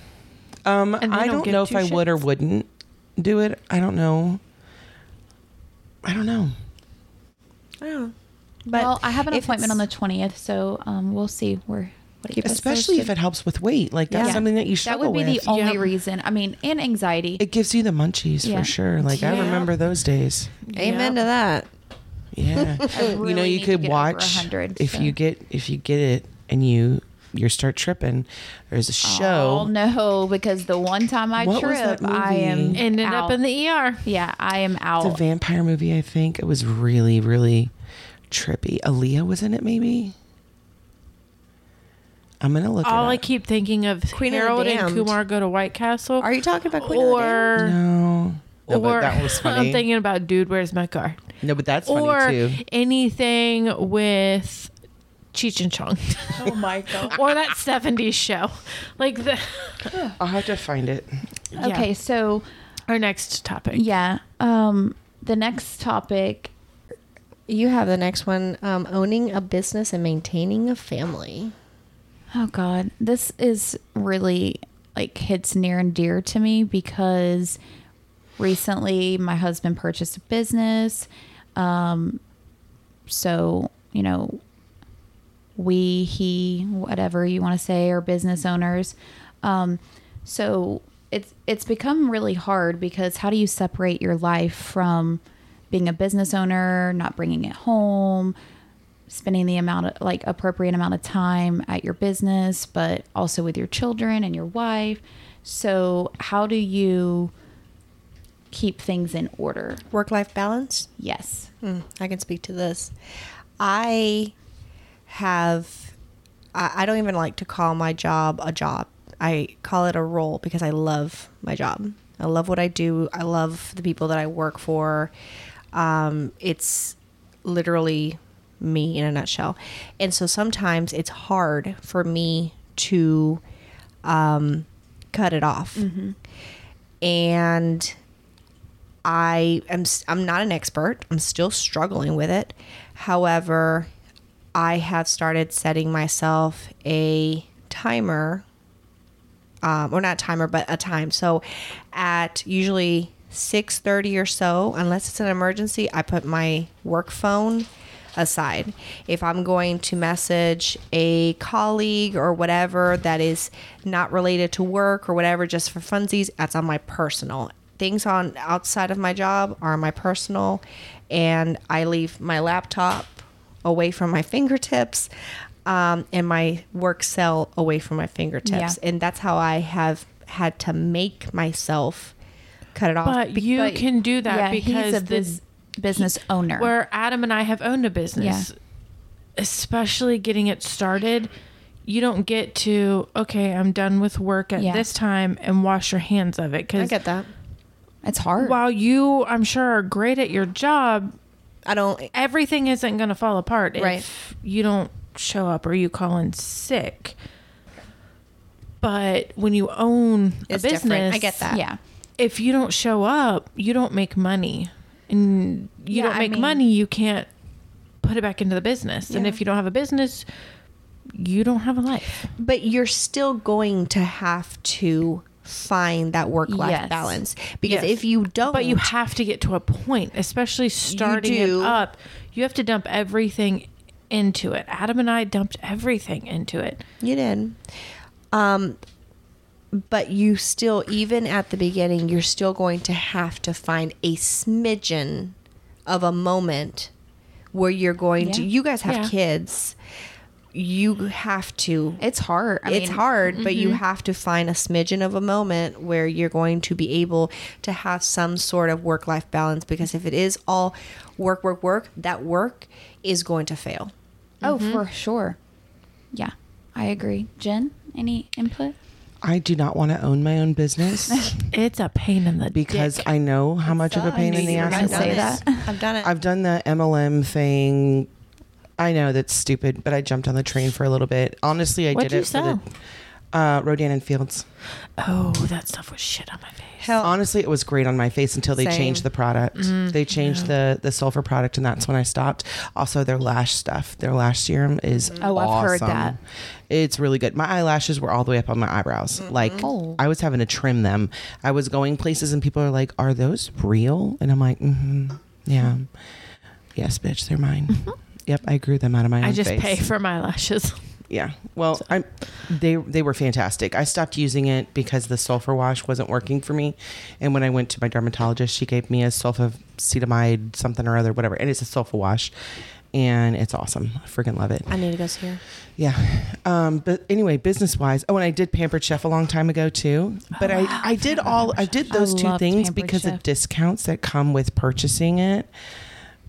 [SPEAKER 5] um,
[SPEAKER 3] And we
[SPEAKER 5] I
[SPEAKER 3] don't
[SPEAKER 5] don't
[SPEAKER 3] get
[SPEAKER 5] know if
[SPEAKER 3] two
[SPEAKER 5] I would or
[SPEAKER 3] shifts.
[SPEAKER 5] wouldn't do it. I don't know. I don't know.
[SPEAKER 4] I don't know. But
[SPEAKER 2] well, I have an
[SPEAKER 4] if
[SPEAKER 2] appointment on the
[SPEAKER 4] it's-
[SPEAKER 2] twentieth, so um, we'll see where What do you
[SPEAKER 5] especially if it helps with weight. Like that's
[SPEAKER 2] Yeah.
[SPEAKER 5] something that you
[SPEAKER 2] that
[SPEAKER 5] struggle
[SPEAKER 2] would be
[SPEAKER 5] with.
[SPEAKER 2] the only
[SPEAKER 3] Yeah.
[SPEAKER 2] reason. I mean, and anxiety.
[SPEAKER 5] it gives you the munchies
[SPEAKER 2] Yeah.
[SPEAKER 5] for sure. Like I
[SPEAKER 3] Yeah.
[SPEAKER 5] remember those days.
[SPEAKER 4] Amen to that.
[SPEAKER 5] Yeah, you know
[SPEAKER 2] really
[SPEAKER 5] you
[SPEAKER 2] need to
[SPEAKER 5] could
[SPEAKER 2] get over
[SPEAKER 5] watch
[SPEAKER 2] 100,
[SPEAKER 5] if
[SPEAKER 2] so.
[SPEAKER 5] you get if you get it and you you start tripping. There's a
[SPEAKER 2] Oh
[SPEAKER 5] show.
[SPEAKER 2] no, because the one time I
[SPEAKER 5] What was that
[SPEAKER 2] trip, I am
[SPEAKER 5] movie?
[SPEAKER 3] Ended
[SPEAKER 2] out.
[SPEAKER 3] up in the ER.
[SPEAKER 2] yeah, I am
[SPEAKER 5] It's
[SPEAKER 3] Oh.
[SPEAKER 5] a
[SPEAKER 2] out.
[SPEAKER 5] vampire movie. I think it was really really trippy. Aaliyah was in it. Maybe. I'm gonna look.
[SPEAKER 3] All
[SPEAKER 5] it
[SPEAKER 3] I
[SPEAKER 5] up.
[SPEAKER 3] keep thinking of
[SPEAKER 4] Queen of the
[SPEAKER 3] Harold
[SPEAKER 4] Damned.
[SPEAKER 3] and Kumar go to White Castle.
[SPEAKER 4] Are you talking about Queen of the Damned?
[SPEAKER 3] or
[SPEAKER 5] No. No,
[SPEAKER 3] or
[SPEAKER 5] but that was funny.
[SPEAKER 3] I'm thinking about Dude, Where's My Car?
[SPEAKER 5] no, but that's funny
[SPEAKER 3] or
[SPEAKER 5] too.
[SPEAKER 3] anything with Cheech and Chong. Oh my god! or that '70s show, like the
[SPEAKER 5] I'll have to find it.
[SPEAKER 3] yeah.
[SPEAKER 2] Okay, so
[SPEAKER 3] Our next topic.
[SPEAKER 2] yeah, um, the next topic.
[SPEAKER 4] You have the next one um, owning a business and maintaining a family.
[SPEAKER 2] Oh God, this is really like hits near and dear to me because recently my husband purchased a business. Um, so you know, we, he, whatever you want to say, are business owners. Um, so it's it's become really hard because how do you separate your life from being a business owner, not bringing it home, spending the amount of like appropriate amount of time at your business, but also with your children and your wife. So how do you keep things in order?
[SPEAKER 4] Work life balance?
[SPEAKER 2] Yes.
[SPEAKER 4] Mm, I can speak to this. I have, I, I don't even like to call my job a job. I call it a role because I love my job. I love what I do. I love the people that I work for. Um, it's literally me in a nutshell. And so sometimes it's hard for me to um, cut it off. And I am s- I'm not an expert. I'm still struggling with it. However, I have started setting myself a timer um, or not timer, but a time. So at usually 6:30 or so, unless it's an emergency, I put my work phone aside. If I'm going to message a colleague or whatever that is not related to work or whatever, just for funsies, that's on my personal. Things on outside of my job are my personal, and I leave my laptop away from my fingertips um, and my work cell away from my fingertips.
[SPEAKER 2] Yeah.
[SPEAKER 4] And that's how I have had to make myself cut it off.
[SPEAKER 3] But you
[SPEAKER 2] But-
[SPEAKER 3] can do that
[SPEAKER 2] yeah,
[SPEAKER 3] because
[SPEAKER 2] he's a
[SPEAKER 3] this
[SPEAKER 2] bus- business owner.
[SPEAKER 3] where Adam and I have owned a business, especially getting it started, you don't get to okay, I'm done with work at
[SPEAKER 2] Yeah.
[SPEAKER 3] this time and wash your hands of it
[SPEAKER 4] I
[SPEAKER 3] because
[SPEAKER 4] get that.
[SPEAKER 2] it's hard.
[SPEAKER 3] while you I'm sure are great at your job,
[SPEAKER 4] I don't.
[SPEAKER 3] everything isn't going to fall apart
[SPEAKER 4] Right.
[SPEAKER 3] if you don't show up or you call in sick. But when you own
[SPEAKER 4] It's
[SPEAKER 3] a business,
[SPEAKER 4] different. I get that.
[SPEAKER 2] Yeah.
[SPEAKER 3] if you don't show up, you don't make money. And you
[SPEAKER 2] Yeah,
[SPEAKER 3] don't
[SPEAKER 2] I
[SPEAKER 3] make
[SPEAKER 2] mean-
[SPEAKER 3] money, you can't put it back into the business. And
[SPEAKER 4] Yeah.
[SPEAKER 3] if you don't have a business, you don't have a life.
[SPEAKER 4] But you're still going to have to find that work life
[SPEAKER 2] Yes.
[SPEAKER 4] balance because
[SPEAKER 3] Yes.
[SPEAKER 4] if you
[SPEAKER 2] Oh,
[SPEAKER 4] don't,
[SPEAKER 3] But you have to get to a point, especially starting
[SPEAKER 4] do.
[SPEAKER 3] it up. You have to dump everything into it. Adam and I dumped everything into it.
[SPEAKER 4] You did. Um, but you still, even at the beginning, you're still going to have to find a smidgen of a moment where you're going to.
[SPEAKER 2] Yeah.
[SPEAKER 4] You guys have
[SPEAKER 3] Yeah.
[SPEAKER 4] kids. You have to.
[SPEAKER 2] It's hard. I
[SPEAKER 4] it's
[SPEAKER 2] mean,
[SPEAKER 4] hard, but you have to find a smidgen of a moment where you're going to be able to have some sort of work life balance because if it is all work, work, work, that work is going to fail.
[SPEAKER 2] Oh, for
[SPEAKER 4] Mm-hmm.
[SPEAKER 2] sure. Yeah, I agree. Jen, any input?
[SPEAKER 5] I do not want to own my own business
[SPEAKER 3] It's a pain in the
[SPEAKER 5] because
[SPEAKER 3] dick.
[SPEAKER 5] I know how much of a pain in the
[SPEAKER 2] You're
[SPEAKER 5] ass
[SPEAKER 2] not
[SPEAKER 5] it
[SPEAKER 2] say
[SPEAKER 5] was.
[SPEAKER 2] that.
[SPEAKER 4] I've done it.
[SPEAKER 5] I've done the MLM thing. I know that's stupid, but I jumped on the train for a little bit. Honestly, I
[SPEAKER 3] What'd
[SPEAKER 5] did
[SPEAKER 3] you
[SPEAKER 5] it for the uh, Rodan and Fields.
[SPEAKER 3] oh, that stuff was shit on my face.
[SPEAKER 4] Hell,
[SPEAKER 5] Honestly, it was great on my face until they
[SPEAKER 4] Same.
[SPEAKER 5] changed the product.
[SPEAKER 2] Mm-hmm.
[SPEAKER 5] They changed the the sulfur product, and that's when I stopped. Also, their lash stuff, their lash serum is
[SPEAKER 2] Oh, I've heard
[SPEAKER 5] awesome.
[SPEAKER 2] that.
[SPEAKER 5] It's really good. My eyelashes were all the way up on my eyebrows. Like
[SPEAKER 2] Oh.
[SPEAKER 5] I was having to trim them. I was going places, and people are like, "Are those real?" And I'm like, mm-hmm, "Yeah,
[SPEAKER 2] Mm-hmm.
[SPEAKER 5] yes, bitch, they're mine." Yep, I grew them out of my own
[SPEAKER 3] I just
[SPEAKER 5] face.
[SPEAKER 3] pay for my lashes.
[SPEAKER 5] yeah. Well, I'm, they they were fantastic. I stopped using it because the sulfur wash wasn't working for me, and when I went to my dermatologist, she gave me a sulfacetamide something or other, whatever, and it's a sulfur wash, and it's awesome. I freaking love it.
[SPEAKER 4] I need to go see her.
[SPEAKER 5] Yeah. Um, but anyway, business wise, oh, and I did Pampered Chef a long time ago too.
[SPEAKER 3] Oh,
[SPEAKER 5] But I, I did all I did those two
[SPEAKER 2] loved
[SPEAKER 5] things
[SPEAKER 2] Pampered
[SPEAKER 5] because of
[SPEAKER 2] Chef.
[SPEAKER 5] discounts that come with purchasing it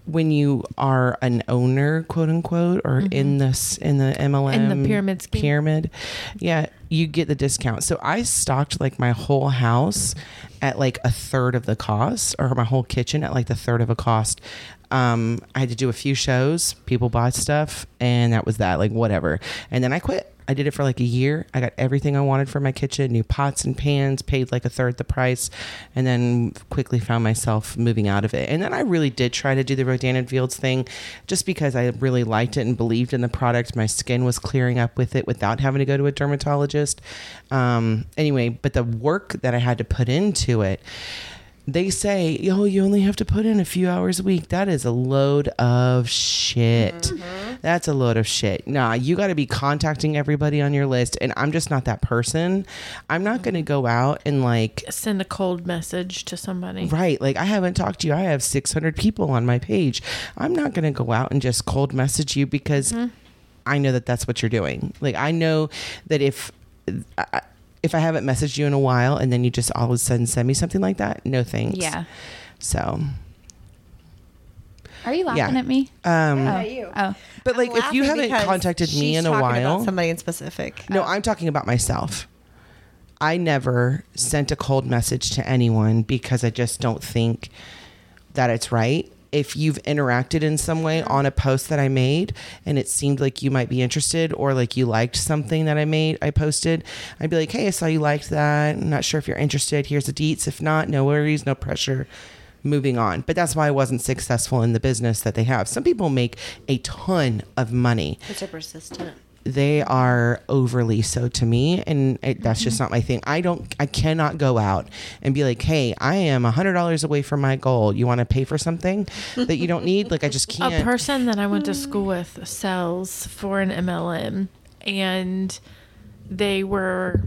[SPEAKER 5] when you are an owner, quote unquote, or in this in the MLM
[SPEAKER 3] Mm-hmm. In the pyramid scheme.
[SPEAKER 5] pyramid. Yeah, you get the discount. So I stocked like my whole house at like a third of the cost, or my whole kitchen at like the third of a cost. Um, I had to do a few shows. People bought stuff, and that was that. Like whatever. And then I quit. I did it for like a year. I got everything I wanted for my kitchen, new pots and pans, paid like a third the price, and then quickly found myself moving out of it. And then I really did try to do the Rodan and Fields thing just because I really liked it and believed in the product. My skin was clearing up with it without having to go to a dermatologist. Um, anyway, but the work that I had to put into it, they say, yo, you only have to put in a few hours a week. That is a load of shit. That's a load of shit. Nah, you got to be contacting everybody on your list. And I'm just not that person. I'm not going to go out and like,
[SPEAKER 3] Send a cold message to somebody.
[SPEAKER 5] right, like I haven't talked to you. I have 600 people on my page. I'm not going to go out and just cold message you because I know that that's what you're doing. Like I know that if I- if I haven't messaged you in a while and then you just all of a sudden send me something like that, no thanks.
[SPEAKER 2] Yeah.
[SPEAKER 5] So um,
[SPEAKER 2] Are you laughing
[SPEAKER 5] Yeah.
[SPEAKER 2] at me?
[SPEAKER 5] um
[SPEAKER 2] Oh.
[SPEAKER 4] you.
[SPEAKER 2] Oh.
[SPEAKER 5] but like if you haven't contacted me in a while
[SPEAKER 4] somebody in specific.
[SPEAKER 5] no i'm talking about myself i never sent a cold message to anyone because i just don't think that it's right if you've interacted in some way on a post that i made and it seemed like you might be interested or like you liked something that i made i posted i'd be like hey i saw you liked that i'm not sure if you're interested here's the deets if not no worries no pressure moving on. But that's why I wasn't successful in the business that they have. Some people make a ton of money.
[SPEAKER 4] Which are persistent.
[SPEAKER 5] They are overly so to me, and it, that's just not my thing. I don't, I cannot go out and be like, "Hey, I am a hundred dollars away from my goal. You want to pay for something that you don't need?" Like I just can't.
[SPEAKER 3] A person that I went to school with sells for an MLM, and they were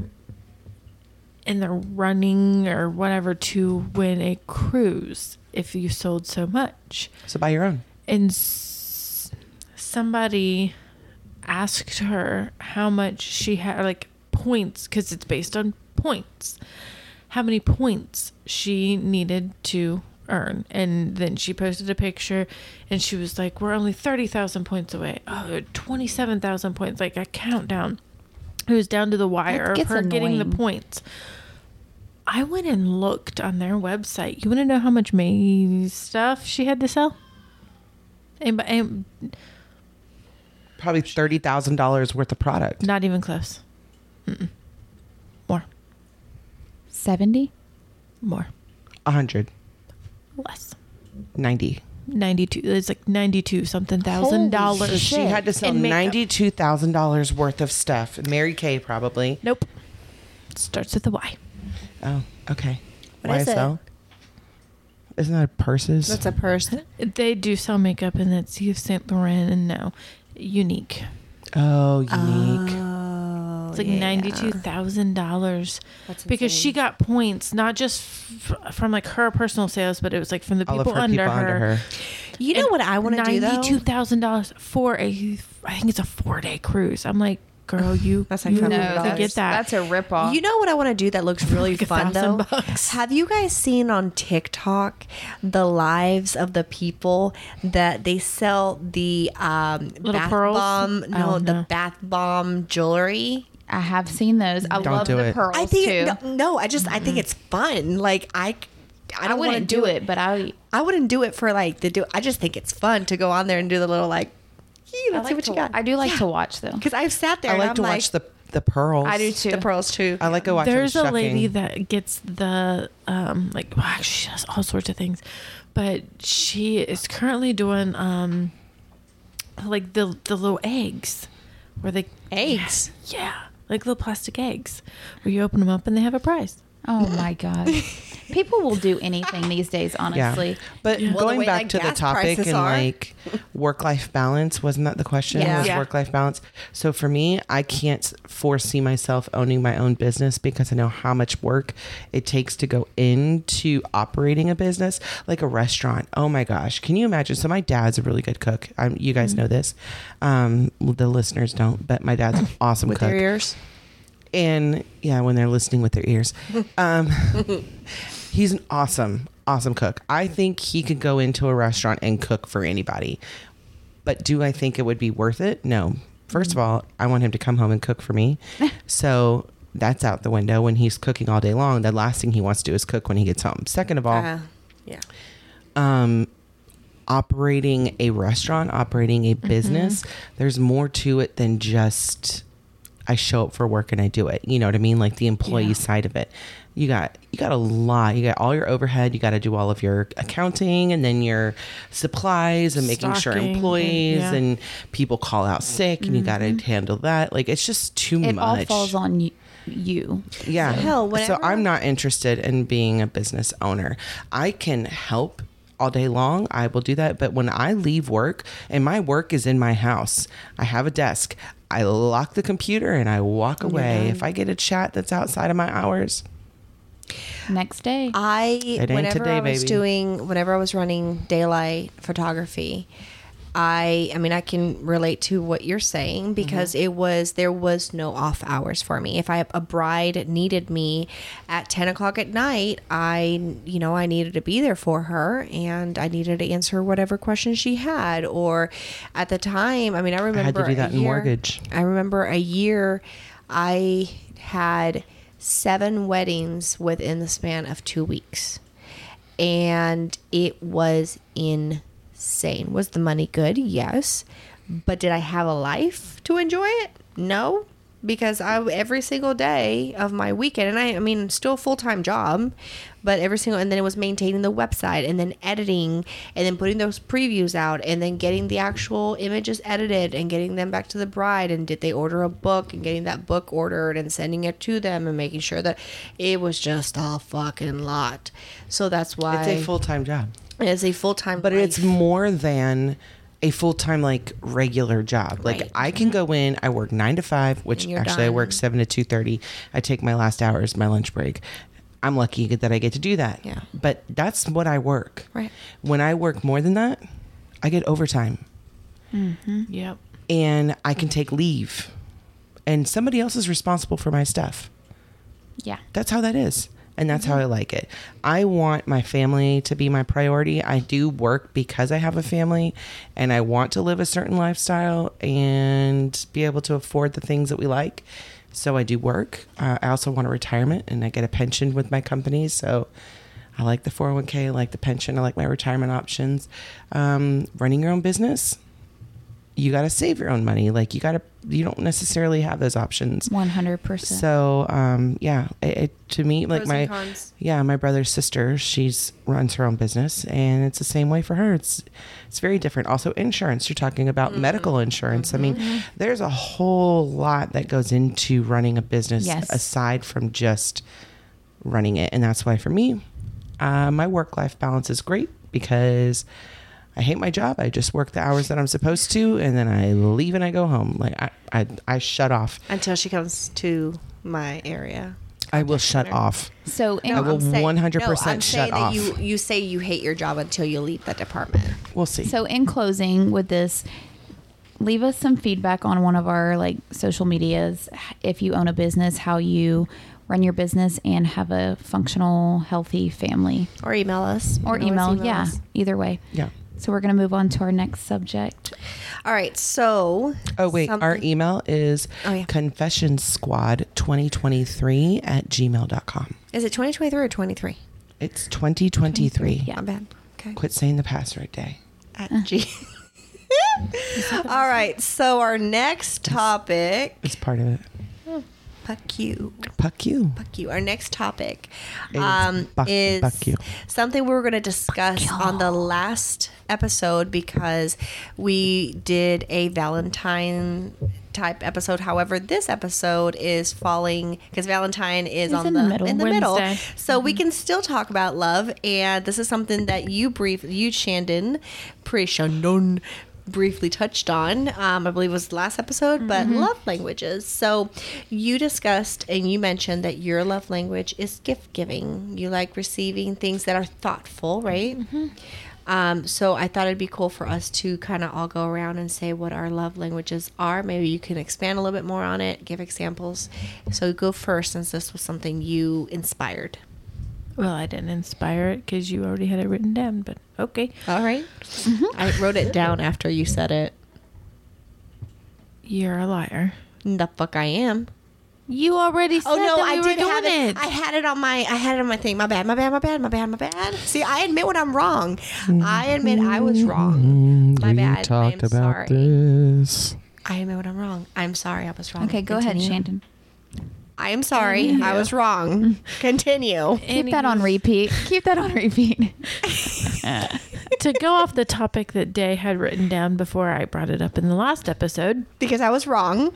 [SPEAKER 3] in the running or whatever to win a cruise if you sold so much.
[SPEAKER 5] so buy your own.
[SPEAKER 3] And s- somebody asked her how much she had, like points, because it's based on points, how many points she needed to earn. And then she posted a picture and she was like, We're only 30,000 points away. Oh, 27,000 points, like a countdown. It was down to the wire of
[SPEAKER 2] gets
[SPEAKER 3] her getting the
[SPEAKER 2] annoying.
[SPEAKER 3] points. I went and looked on their website. You want to know how much May stuff she had to sell? And, and
[SPEAKER 5] Probably thirty thousand dollars worth of product.
[SPEAKER 3] not even close. Mm-mm. More,
[SPEAKER 2] 70?
[SPEAKER 3] more,
[SPEAKER 5] A hundred,
[SPEAKER 3] less.
[SPEAKER 5] ninety.
[SPEAKER 3] Ninety-two. It's like ninety-two something thousand dollars.
[SPEAKER 5] So she had to sell
[SPEAKER 3] in makeup.
[SPEAKER 5] ninety-two thousand dollars worth of stuff. Mary Kay probably.
[SPEAKER 3] Nope. Starts with a Y.
[SPEAKER 5] Oh, okay.
[SPEAKER 4] What is it?
[SPEAKER 5] YSL? Isn't that purses?
[SPEAKER 4] That's a person.
[SPEAKER 3] They do sell makeup, and that's Yves Saint Laurent, and no, Unique.
[SPEAKER 5] oh, unique.
[SPEAKER 4] Oh,
[SPEAKER 3] It's like
[SPEAKER 4] yeah.
[SPEAKER 3] ninety-two thousand dollars
[SPEAKER 4] That's
[SPEAKER 3] because she
[SPEAKER 4] insane.
[SPEAKER 3] got points not just f- from like her personal sales, but it was like from the
[SPEAKER 5] All
[SPEAKER 3] people,
[SPEAKER 5] of her
[SPEAKER 3] under,
[SPEAKER 5] people
[SPEAKER 3] her.
[SPEAKER 5] under her.
[SPEAKER 4] You know what I want to do though?
[SPEAKER 3] Ninety-two thousand dollars for a, I think it's a four-day cruise. I'm like, girl, you
[SPEAKER 4] That's like
[SPEAKER 3] you
[SPEAKER 4] No,
[SPEAKER 3] forget
[SPEAKER 4] that's-
[SPEAKER 3] that.
[SPEAKER 2] That's a ripoff.
[SPEAKER 4] You know what I want to do that looks really
[SPEAKER 3] like a
[SPEAKER 4] fun though?
[SPEAKER 3] thousand bucks.
[SPEAKER 4] Have you guys seen on TikTok the lives of the people that they sell the um, bath
[SPEAKER 3] pearls?
[SPEAKER 4] bomb? No,
[SPEAKER 3] Oh,
[SPEAKER 4] the
[SPEAKER 3] no.
[SPEAKER 4] bath bomb jewelry.
[SPEAKER 2] I have seen those. I
[SPEAKER 5] Don't
[SPEAKER 2] love
[SPEAKER 5] do
[SPEAKER 2] the
[SPEAKER 5] it.
[SPEAKER 2] pearls
[SPEAKER 4] I think
[SPEAKER 2] too. Mm-hmm.
[SPEAKER 4] No, no, I just I think it's fun. Like I, I
[SPEAKER 2] I,
[SPEAKER 4] don't want to
[SPEAKER 2] wouldn't do it, but I
[SPEAKER 4] I wouldn't do it for like the do. I just think it's fun to go on there and do the little like, "Hey, let's see what you got.
[SPEAKER 2] I do like to watch though.
[SPEAKER 4] because I've sat there.
[SPEAKER 5] I
[SPEAKER 4] and
[SPEAKER 5] like
[SPEAKER 4] I'm
[SPEAKER 5] to watch the the pearls.
[SPEAKER 2] I do too.
[SPEAKER 4] the pearls too.
[SPEAKER 5] I like to watch.
[SPEAKER 3] There's
[SPEAKER 5] them
[SPEAKER 3] a lady
[SPEAKER 5] shucking.
[SPEAKER 3] that gets the um like well, actually she does all sorts of things, but she is currently doing um like the the little eggs where they
[SPEAKER 4] eggs.
[SPEAKER 3] yeah like little plastic eggs where you open them up and they have a prize.
[SPEAKER 2] Oh my god. People will do anything these days, honestly.
[SPEAKER 5] Yeah. But
[SPEAKER 4] Well, the
[SPEAKER 5] going
[SPEAKER 4] way,
[SPEAKER 5] back
[SPEAKER 4] like,
[SPEAKER 5] to the
[SPEAKER 4] gas
[SPEAKER 5] topic
[SPEAKER 4] prices
[SPEAKER 5] and
[SPEAKER 4] are.
[SPEAKER 5] like work life balance, wasn't that the question?
[SPEAKER 4] Yeah.
[SPEAKER 5] Was
[SPEAKER 3] Yeah.
[SPEAKER 5] work life balance. So for me, I can't foresee myself owning my own business because I know how much work it takes to go into operating a business, like a restaurant. Oh my gosh. Can you imagine? So my dad's a really good cook. Um, you guys know this. Um, the listeners don't, but my dad's an awesome cook
[SPEAKER 4] ears.
[SPEAKER 5] and yeah, when they're listening with their ears, um, he's an awesome, awesome cook. I think he could go into a restaurant and cook for anybody. But do I think it would be worth it? No. First of all, I want him to come home and cook for me. So that's out the window when he's cooking all day long. The last thing he wants to do is cook when he gets home. Second of all,
[SPEAKER 4] Uh, yeah.
[SPEAKER 5] um, operating a restaurant, operating a business, there's more to it than just I show up for work and I do it. You know what I mean? Like the employee side of it. You got you got a lot. You got all your overhead. You got to do all of your accounting and then your supplies and making sure
[SPEAKER 3] Stocking and-
[SPEAKER 5] employees
[SPEAKER 3] yeah.
[SPEAKER 5] and people call out sick and you got to handle that. Like it's just too
[SPEAKER 2] It all
[SPEAKER 5] much.
[SPEAKER 2] falls on y- you.
[SPEAKER 5] Yeah.
[SPEAKER 4] Hell,
[SPEAKER 5] so
[SPEAKER 4] whenever-
[SPEAKER 5] I'm not interested in being a business owner. I can help all day long. I will do that. But when I leave work, and my work is in my house, I have a desk. I lock the computer and I walk away. If I get a chat that's outside of my hours,
[SPEAKER 2] Next day.
[SPEAKER 4] I
[SPEAKER 5] ain't
[SPEAKER 4] whenever
[SPEAKER 5] today,
[SPEAKER 4] I was
[SPEAKER 5] baby.
[SPEAKER 4] doing whenever I was running daylight photography, I I mean I can relate to what you're saying because it was there was no off hours for me. If I a bride needed me at ten o'clock at night, I you know I needed to be there for her and I needed to answer whatever questions she had. Or at the time, I mean I remember
[SPEAKER 5] had to do
[SPEAKER 4] a
[SPEAKER 5] that in
[SPEAKER 4] year-
[SPEAKER 5] mortgage.
[SPEAKER 4] I remember a year I had seven weddings within the span of two weeks. And it was insane. Was the money good? Yes. But did I have a life to enjoy it? No. Because I every single day of my weekend, and I, I mean, still full time job, but every single, and then it was maintaining the website, and then editing, and then putting those previews out, and then getting the actual images edited, and getting them back to the bride, and did they order a book, and getting that book ordered, and sending it to them, and making sure that it was just a fucking lot. So that's why
[SPEAKER 5] it's a full time job.
[SPEAKER 4] it's a full time,
[SPEAKER 5] But it's more than a full time like regular job. Like
[SPEAKER 4] Right.
[SPEAKER 5] I can go in, I work nine to five, which
[SPEAKER 4] And you're
[SPEAKER 5] actually I work
[SPEAKER 4] done.
[SPEAKER 5] seven to two thirty. I take my last hour as my lunch break. I'm lucky that I get to do that.
[SPEAKER 4] Yeah.
[SPEAKER 5] But that's what I work.
[SPEAKER 4] Right.
[SPEAKER 5] When I work more than that, I get overtime
[SPEAKER 4] Mm-hmm.
[SPEAKER 3] Yep.
[SPEAKER 5] and I can take leave. And somebody else is responsible for my stuff.
[SPEAKER 2] yeah.
[SPEAKER 5] That's how that is. And that's how I like it. I want my family to be my priority. I do work because I have a family and I want to live a certain lifestyle and be able to afford the things that we like. So I do work. Uh, I also want a retirement and I get a pension with my company. So I like the 401k, I like the pension, I like my retirement options. Um, running your own business, you got to save your own money. Like you got to, you don't necessarily have those options.
[SPEAKER 2] 100%.
[SPEAKER 5] So um, yeah, it, it, to me, like
[SPEAKER 4] Pros
[SPEAKER 5] my
[SPEAKER 4] and cons.
[SPEAKER 5] yeah, my brother's sister, she's runs her own business, and it's the same way for her. It's it's very different. Also, insurance. You're talking about
[SPEAKER 4] Mm-hmm.
[SPEAKER 5] medical insurance. I mean, there's a whole lot that goes into running a business
[SPEAKER 2] Yes.
[SPEAKER 5] aside from just running it, and that's why for me, uh, my work life balance is great because. I hate my job. I just work the hours that I'm supposed to, and then I leave and I go home. Like I, I, I shut off.
[SPEAKER 4] until she comes to my area.
[SPEAKER 5] I will shut off.
[SPEAKER 2] So, in,
[SPEAKER 5] I will
[SPEAKER 4] saying-
[SPEAKER 5] 100%
[SPEAKER 4] I'm saying
[SPEAKER 5] shut
[SPEAKER 4] that
[SPEAKER 5] off.
[SPEAKER 4] You you say you hate your job until you leave that department.
[SPEAKER 5] We'll see.
[SPEAKER 2] so in closing with this, leave us some feedback on one of our like social medias if you own a business, how you run your business and have a functional, healthy family
[SPEAKER 4] Or email us. You
[SPEAKER 2] or
[SPEAKER 4] can always
[SPEAKER 2] email. yeah,
[SPEAKER 4] us.
[SPEAKER 2] either way.
[SPEAKER 5] yeah.
[SPEAKER 2] So we're going to move on to our next subject.
[SPEAKER 4] All right. So.
[SPEAKER 5] Oh wait, our
[SPEAKER 4] something-
[SPEAKER 5] email is
[SPEAKER 4] Oh, yeah.
[SPEAKER 5] confession squad 2023 at gmail.com.
[SPEAKER 4] is it 2023 or 23?
[SPEAKER 5] It's 2023.
[SPEAKER 2] Yeah.
[SPEAKER 4] My bad. Okay.
[SPEAKER 5] Quit saying the password day.
[SPEAKER 4] At G. All right. So our next topic.
[SPEAKER 5] It's part of it.
[SPEAKER 4] Fuck you.
[SPEAKER 5] Fuck you.
[SPEAKER 4] Fuck you. Our next topic
[SPEAKER 5] Is
[SPEAKER 4] um,
[SPEAKER 5] fuck-
[SPEAKER 4] is
[SPEAKER 5] fuck you.
[SPEAKER 4] something we were going to discuss on the last episode because we did a Valentine type episode. However, this episode is falling because Valentine is on
[SPEAKER 2] in
[SPEAKER 4] the,
[SPEAKER 2] the middle.
[SPEAKER 4] in the middle.
[SPEAKER 3] Wednesday.
[SPEAKER 4] So we can still talk about love, and this is something that you brief you Shandon, pre Shandon briefly touched on um, i believe it was the last episode but love languages so you discussed and you mentioned that your love language is gift giving you like receiving things that are thoughtful right um, so i thought it'd be cool for us to kind of all go around and say what our love languages are maybe you can expand a little bit more on it give examples so go first since this was something you inspired
[SPEAKER 3] Well, I didn't inspire it because you already had it written down, but okay.
[SPEAKER 4] All right. I wrote it down after you said it.
[SPEAKER 3] You're a liar.
[SPEAKER 4] The fuck I am.
[SPEAKER 3] You already said
[SPEAKER 4] Oh no,
[SPEAKER 3] that
[SPEAKER 4] I
[SPEAKER 3] we
[SPEAKER 4] did
[SPEAKER 3] were
[SPEAKER 4] have
[SPEAKER 3] doing
[SPEAKER 4] it.
[SPEAKER 3] it.
[SPEAKER 4] I had it on my. I had it on my thing. My bad. My bad. My bad. My bad. My bad. See, I admit when I'm wrong. I admit I was wrong. My bad. I am sorry.
[SPEAKER 5] this.
[SPEAKER 4] I admit when I'm wrong. I'm sorry. I was wrong.
[SPEAKER 2] Okay, go ahead,
[SPEAKER 4] Continue.
[SPEAKER 2] Shandon.
[SPEAKER 4] I am sorry. I was wrong. Continue.
[SPEAKER 2] Keep that on repeat. Keep that on repeat.
[SPEAKER 3] to go off the topic that Day had written down before I brought it up in the last episode.
[SPEAKER 4] Because I was wrong.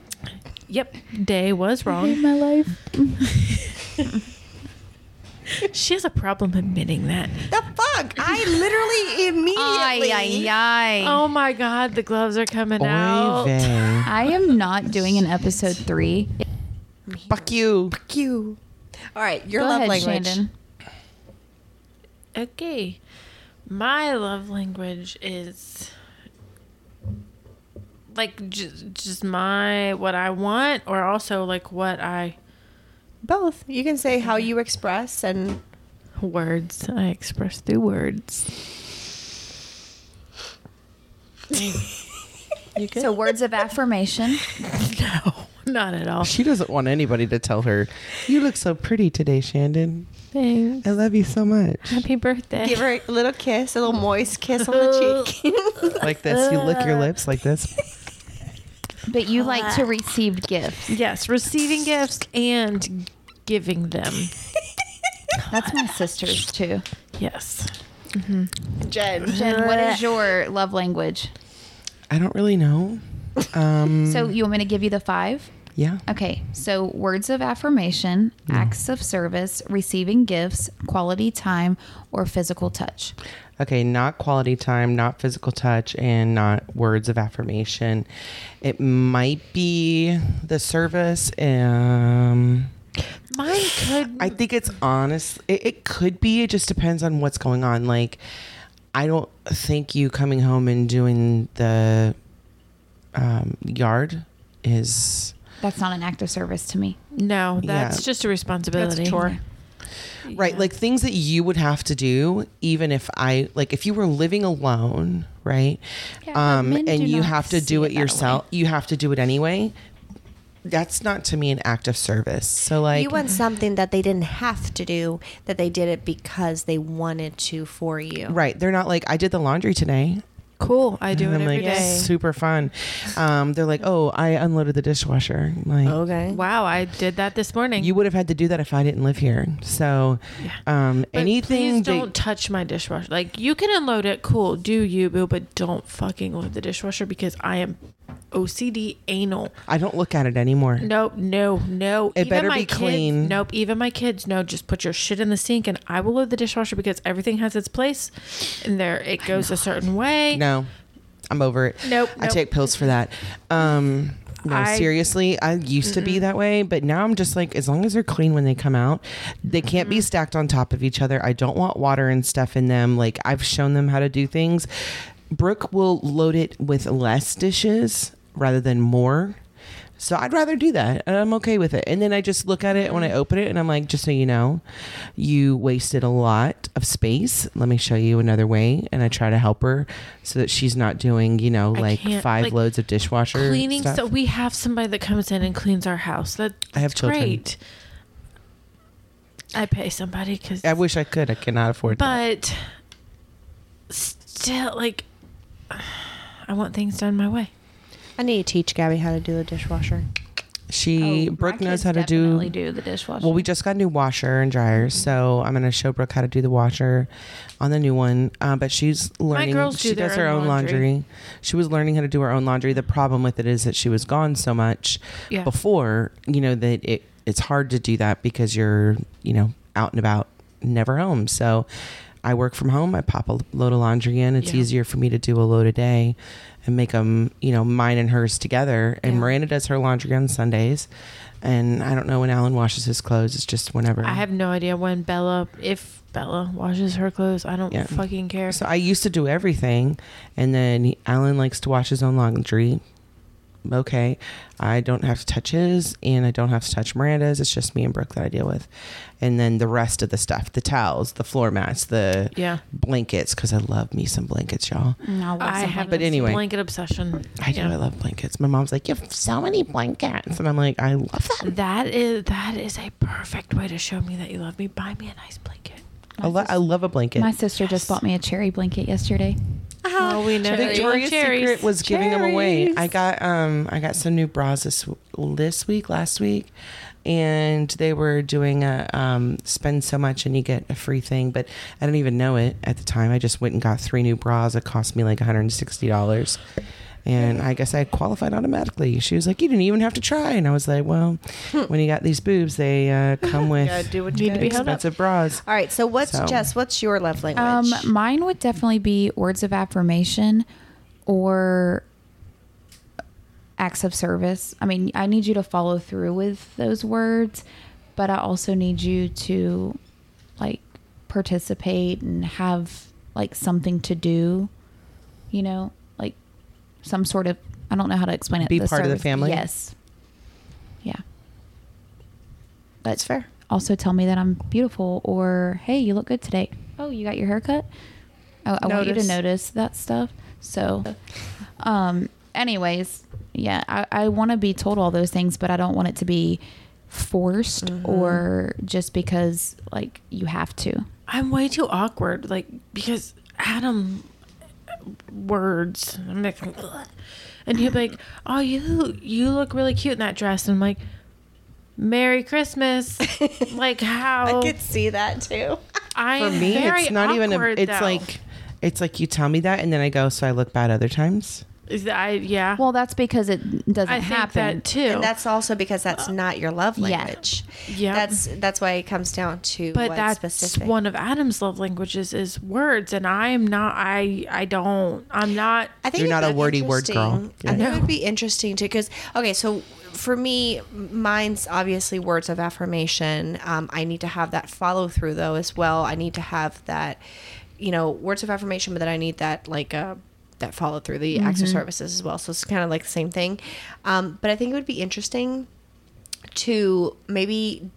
[SPEAKER 3] Yep, Day was wrong.
[SPEAKER 2] my life.
[SPEAKER 3] she has a problem admitting that.
[SPEAKER 4] The fuck! I literally immediately.
[SPEAKER 2] Ay, ay, ay.
[SPEAKER 3] Oh my God, the gloves are coming out.
[SPEAKER 5] Oy vey.
[SPEAKER 2] I am not doing an episode three.
[SPEAKER 5] Fuck you.
[SPEAKER 4] Fuck you. All right, your
[SPEAKER 2] Go
[SPEAKER 4] love
[SPEAKER 2] ahead,
[SPEAKER 4] language.
[SPEAKER 2] Shandon.
[SPEAKER 3] Okay, my love language is like just, just my what I want, or also like what I
[SPEAKER 4] Both. You can say how you express and
[SPEAKER 3] words I express through words. you could
[SPEAKER 2] So words of affirmation.
[SPEAKER 3] no, not at all.
[SPEAKER 5] She doesn't want anybody to tell her, "You look so pretty today, Shandon.
[SPEAKER 3] Thanks.
[SPEAKER 5] I love you so much."
[SPEAKER 3] Happy birthday.
[SPEAKER 4] give her a little kiss, a little moist kiss on the cheek.
[SPEAKER 5] Like this, you lick your lips like this.
[SPEAKER 2] But you like to receive gifts.
[SPEAKER 3] Yes, receiving gifts and giving them.
[SPEAKER 2] That's my sister's too.
[SPEAKER 3] Yes.
[SPEAKER 4] Jen.
[SPEAKER 2] Jen, what is your love language?
[SPEAKER 5] I don't really know. Um,
[SPEAKER 2] So you want me to give you the five?
[SPEAKER 5] yeah,
[SPEAKER 2] Okay, so words of affirmation,
[SPEAKER 5] Mm.
[SPEAKER 2] acts of service, receiving gifts, quality time, or physical touch.
[SPEAKER 5] okay. Not quality time, not physical touch, and not words of affirmation. It might be the service. Um,
[SPEAKER 3] Mine could
[SPEAKER 5] I think it's honest. It, it could be. It just depends on what's going on. Like, I don't think you coming home and doing the um, yard is.
[SPEAKER 2] That's not an act of service to me.
[SPEAKER 3] No, that's
[SPEAKER 5] Yeah.
[SPEAKER 3] just a responsibility.
[SPEAKER 5] right like things that you would have to do even if i like if you were living alone right
[SPEAKER 2] Yeah, but
[SPEAKER 5] um
[SPEAKER 2] men do
[SPEAKER 5] and you
[SPEAKER 2] not
[SPEAKER 5] have to
[SPEAKER 2] see
[SPEAKER 5] do
[SPEAKER 2] it
[SPEAKER 5] it
[SPEAKER 2] that
[SPEAKER 5] yourself you have to do it anyway that's not to me an act of service so like
[SPEAKER 4] you want something that they didn't have to do, that they did it because they wanted to for you.
[SPEAKER 5] right they're not like i did the laundry today
[SPEAKER 3] Cool. I do
[SPEAKER 5] and
[SPEAKER 3] it
[SPEAKER 5] i'm
[SPEAKER 3] every
[SPEAKER 5] like
[SPEAKER 3] day.
[SPEAKER 5] super fun um they're like oh i unloaded the dishwasher like
[SPEAKER 4] Okay.
[SPEAKER 3] Wow, I did that this morning.
[SPEAKER 5] you would have had to do that if i didn't live here so um
[SPEAKER 3] But
[SPEAKER 5] anything
[SPEAKER 3] Please
[SPEAKER 5] that-
[SPEAKER 3] don't touch my dishwasher. Like you can unload it, cool, do you, boo, but don't fucking load the dishwasher because I am OCD anal.
[SPEAKER 5] i don't look at it anymore
[SPEAKER 3] Nope, no, no.
[SPEAKER 5] It better
[SPEAKER 3] my
[SPEAKER 5] be
[SPEAKER 3] kids-
[SPEAKER 5] clean.
[SPEAKER 3] Nope, even my kids. No, just put your shit in the sink, and I will load the dishwasher because everything has its place, and there it goes a certain way.
[SPEAKER 5] No, I'm over it.
[SPEAKER 3] Nope,
[SPEAKER 5] I
[SPEAKER 3] nope.
[SPEAKER 5] take pills for that. Um, no,
[SPEAKER 3] I-
[SPEAKER 5] seriously, I used to be that way, but now I'm just like, as long as they're clean when they come out, they can't be stacked on top of each other. I don't want water and stuff in them. Like, I've shown them how to do things. Brooke will load it with less dishes rather than more. So I'd rather do that, and I'm okay with it. And then I just look at it when
[SPEAKER 3] Mm-hmm.
[SPEAKER 5] I open it, and I'm like, just so you know, you wasted a lot of space. Let me show you another way. And I try to help her so that she's not doing, you know,
[SPEAKER 3] I
[SPEAKER 5] like
[SPEAKER 3] can't-
[SPEAKER 5] five
[SPEAKER 3] like,
[SPEAKER 5] loads of dishwasher
[SPEAKER 3] cleaning
[SPEAKER 5] stuff.
[SPEAKER 3] so we have somebody that comes in and cleans our house that
[SPEAKER 5] I have
[SPEAKER 3] that's
[SPEAKER 5] children.
[SPEAKER 3] great i pay somebody because
[SPEAKER 5] I wish I could. I cannot afford that.
[SPEAKER 3] but still like i want things done my way
[SPEAKER 4] I need to teach Gabby how to do a dishwasher.
[SPEAKER 5] She
[SPEAKER 2] Oh, my
[SPEAKER 5] Brooke knows
[SPEAKER 2] kids
[SPEAKER 5] how to
[SPEAKER 2] definitely do the dishwasher.
[SPEAKER 5] Well, we just got a new washer and
[SPEAKER 3] Mm-hmm.
[SPEAKER 5] dryer, so I'm gonna show Brooke how to do the washer on the new one. Uh, but she's learning.
[SPEAKER 3] girls do
[SPEAKER 5] she
[SPEAKER 3] their
[SPEAKER 5] does her
[SPEAKER 3] own
[SPEAKER 5] own laundry.
[SPEAKER 3] laundry.
[SPEAKER 5] She was learning how to do her own laundry. The problem with it is that she was gone so much
[SPEAKER 3] Yeah.
[SPEAKER 5] before, you know, that it it's hard to do that because you're, you know, out and about, never home. So I work from home. I pop a load of laundry in. It's
[SPEAKER 3] Yeah.
[SPEAKER 5] easier for me to do a load a day and make them, you know, mine and hers together. And
[SPEAKER 3] Yeah.
[SPEAKER 5] Miranda does her laundry on Sundays. And I don't know when Alan washes his clothes. It's just whenever.
[SPEAKER 3] I have no idea when Bella, if Bella washes her clothes, I don't
[SPEAKER 5] Yeah.
[SPEAKER 3] fucking care.
[SPEAKER 5] So I used to do everything, and then he- Alan likes to wash his own laundry. Okay, I don't have to touch his, and I don't have to touch Miranda's. It's just me and Brooke that I deal with, and then the rest of the stuff: the towels, the floor mats, the
[SPEAKER 3] yeah,
[SPEAKER 5] blankets. Because I love me some blankets, y'all.
[SPEAKER 2] no, it
[SPEAKER 3] I
[SPEAKER 2] wasn't
[SPEAKER 3] have.
[SPEAKER 5] But
[SPEAKER 3] this
[SPEAKER 5] anyway.
[SPEAKER 3] blanket obsession.
[SPEAKER 5] I do.
[SPEAKER 3] Yeah.
[SPEAKER 5] I love blankets. My mom's like, "You have so many blankets," and I'm like, "I love them."
[SPEAKER 3] That is that is a perfect way to show me that you love me. Buy me a nice blanket.
[SPEAKER 5] I, lo- I love a blanket.
[SPEAKER 2] My sister just bought me a cherry blanket yesterday.
[SPEAKER 4] Uh-huh.
[SPEAKER 3] Oh, we know that you love
[SPEAKER 5] Victoria's
[SPEAKER 3] cherries.
[SPEAKER 5] Secret was giving them away. I got um I got some new bras this this week last week, and they were doing a um spend so much and you get a free thing, but I didn't even know it at the time. I just went and got three new bras. It cost me like one hundred and sixty dollars. And I guess I qualified automatically. She was like, "You didn't even have to try," and I was like, "Well, when you got these boobs, they uh, come with
[SPEAKER 4] do what
[SPEAKER 3] you Need to be held up.
[SPEAKER 5] expensive bras."
[SPEAKER 4] All right. So what's
[SPEAKER 5] So-
[SPEAKER 4] Jess? What's your love
[SPEAKER 2] Um,
[SPEAKER 4] language?
[SPEAKER 2] mine would definitely be words of affirmation or acts of service. I mean, I need you to follow through with those words, but I also need you to like participate and have like something to do, you know, like some sort of I don't know how to explain it.
[SPEAKER 5] Be part of the family?
[SPEAKER 2] Yes. Yeah.
[SPEAKER 4] That's fair.
[SPEAKER 2] also tell me that I'm beautiful or hey, you look good today. Oh, you got your haircut. Oh, I, I want you to
[SPEAKER 3] Notice.
[SPEAKER 2] notice that stuff. So, um, anyways, yeah, I, I want to be told all those things, but I don't want it to be forced or just because like you have to.
[SPEAKER 3] I'm way too awkward, like because Adam uh, words. I'm like, "Ugh." and he'd be like, "Oh, you you look really cute in that dress," and I'm like, "Merry Christmas!" like how
[SPEAKER 4] I could see that too.
[SPEAKER 3] I
[SPEAKER 5] For me, it's not even. A, it's like, it's like you tell me that, and then I go. So I look bad other times.
[SPEAKER 3] I yeah.
[SPEAKER 2] Well, that's because it doesn't
[SPEAKER 3] I think
[SPEAKER 2] happen.
[SPEAKER 3] that too.
[SPEAKER 4] And that's also because that's not your love
[SPEAKER 2] Yeah.
[SPEAKER 4] language.
[SPEAKER 3] Yeah.
[SPEAKER 4] That's that's why it comes down to
[SPEAKER 3] but
[SPEAKER 4] what
[SPEAKER 3] that's
[SPEAKER 4] specific.
[SPEAKER 3] one of Adam's love languages is words, and I'm not. I I don't. I'm not.
[SPEAKER 4] I think
[SPEAKER 5] You're
[SPEAKER 4] it
[SPEAKER 5] not
[SPEAKER 4] would
[SPEAKER 5] a
[SPEAKER 4] be
[SPEAKER 5] wordy word girl.
[SPEAKER 4] interesting-
[SPEAKER 5] Yeah.
[SPEAKER 4] I think it would be interesting to because okay, so for me, mine's obviously words of affirmation. Um, I need to have that follow through though as well. I need to have that, you know, words of affirmation, but then I need that like uh, that follow through the acts
[SPEAKER 5] Mm-hmm.
[SPEAKER 4] of services as well. So it's kind of like the same thing. Um, but I think it would be interesting to maybe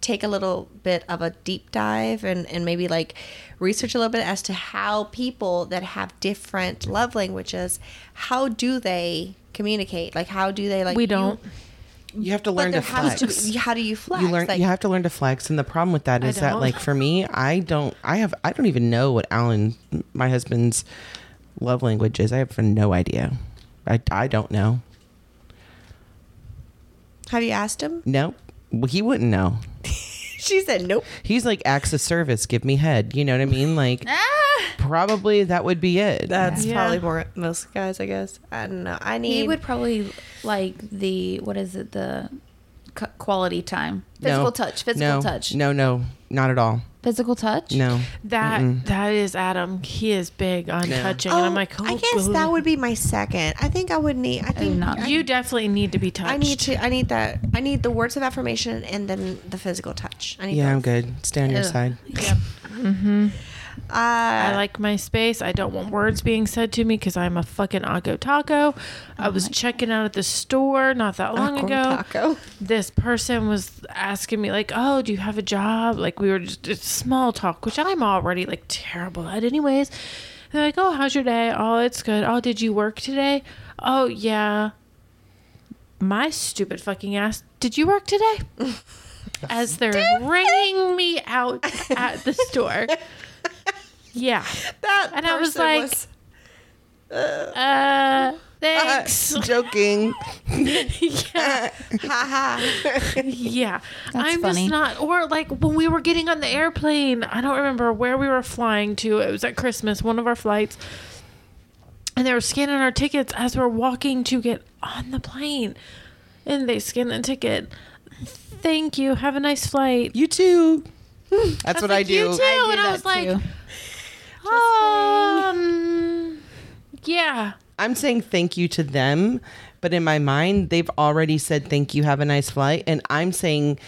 [SPEAKER 4] take a little bit of a deep dive and, and maybe like research a little bit as to how people that have different love languages how do they communicate like how do they like
[SPEAKER 3] we
[SPEAKER 4] you-
[SPEAKER 3] don't.
[SPEAKER 5] You have to
[SPEAKER 4] but
[SPEAKER 5] learn
[SPEAKER 4] there
[SPEAKER 5] to
[SPEAKER 4] has
[SPEAKER 5] flex.
[SPEAKER 4] to be, how do you flex
[SPEAKER 5] you learn.
[SPEAKER 4] like,
[SPEAKER 5] you have to learn to flex, and the problem with that is that,
[SPEAKER 3] don't.
[SPEAKER 5] like, for me, I don't. I have. I don't even know what Alan, my husband's, love language is. I have no idea. I, I don't know.
[SPEAKER 4] have you asked him
[SPEAKER 5] Nope. Well, he wouldn't know.
[SPEAKER 4] she said nope
[SPEAKER 5] He's like acts of service. Give me head. You know what I mean? Like, probably that would be it.
[SPEAKER 4] that's
[SPEAKER 3] Yeah.
[SPEAKER 4] probably more most guys i guess i don't know i need
[SPEAKER 2] He would probably like the what is it the cu- quality time
[SPEAKER 5] No.
[SPEAKER 2] physical touch physical
[SPEAKER 5] no,
[SPEAKER 2] touch
[SPEAKER 5] No, no, not at all.
[SPEAKER 2] physical touch
[SPEAKER 5] No.
[SPEAKER 3] That that is Adam. He is big on
[SPEAKER 5] No.
[SPEAKER 3] touching,
[SPEAKER 4] oh,
[SPEAKER 3] and I'm like, oh,
[SPEAKER 4] i guess that
[SPEAKER 3] boo.
[SPEAKER 4] would be my second i think i would need i think
[SPEAKER 2] not
[SPEAKER 4] I,
[SPEAKER 3] You definitely need to be touched.
[SPEAKER 4] I need to i need that i need the words of affirmation and then the physical touch i need
[SPEAKER 5] Yeah, I'm
[SPEAKER 4] both.
[SPEAKER 5] good. Stay on your side.
[SPEAKER 4] uh,
[SPEAKER 3] I like my space. I don't want words being said to me because I'm a fucking Aggo Taco.
[SPEAKER 4] Oh
[SPEAKER 3] I was checking out at the store not that long
[SPEAKER 4] Taco
[SPEAKER 3] ago.
[SPEAKER 4] Taco.
[SPEAKER 3] This person was asking me like, "Oh, do you have a job?" Like we were just it's small talk, which I'm already like terrible at, anyways. They're like, "Oh, how's your day?" "Oh, it's good." "Oh, did you work today?" "Oh, yeah." My stupid fucking ass. Did you work today? As they're ringing me out at the store. Yeah.
[SPEAKER 4] that
[SPEAKER 3] And I was
[SPEAKER 4] person
[SPEAKER 3] like, uh, Thanks.
[SPEAKER 5] Joking.
[SPEAKER 4] uh,
[SPEAKER 3] yeah. yeah. I'm
[SPEAKER 2] funny.
[SPEAKER 3] just not or like when we were getting on the airplane, I don't remember where we were flying to. It was at Christmas, one of our flights. And they were scanning our tickets as we're walking to get on the plane. And they scanned the ticket. Thank you. Have a nice flight.
[SPEAKER 5] You too. That's what I
[SPEAKER 3] like,
[SPEAKER 5] do.
[SPEAKER 3] You too.
[SPEAKER 2] do
[SPEAKER 3] and I
[SPEAKER 2] that
[SPEAKER 3] was like,
[SPEAKER 2] too.
[SPEAKER 3] um, yeah.
[SPEAKER 5] I'm saying thank you to them, but in my mind, they've already said thank you, have a nice flight. And I'm saying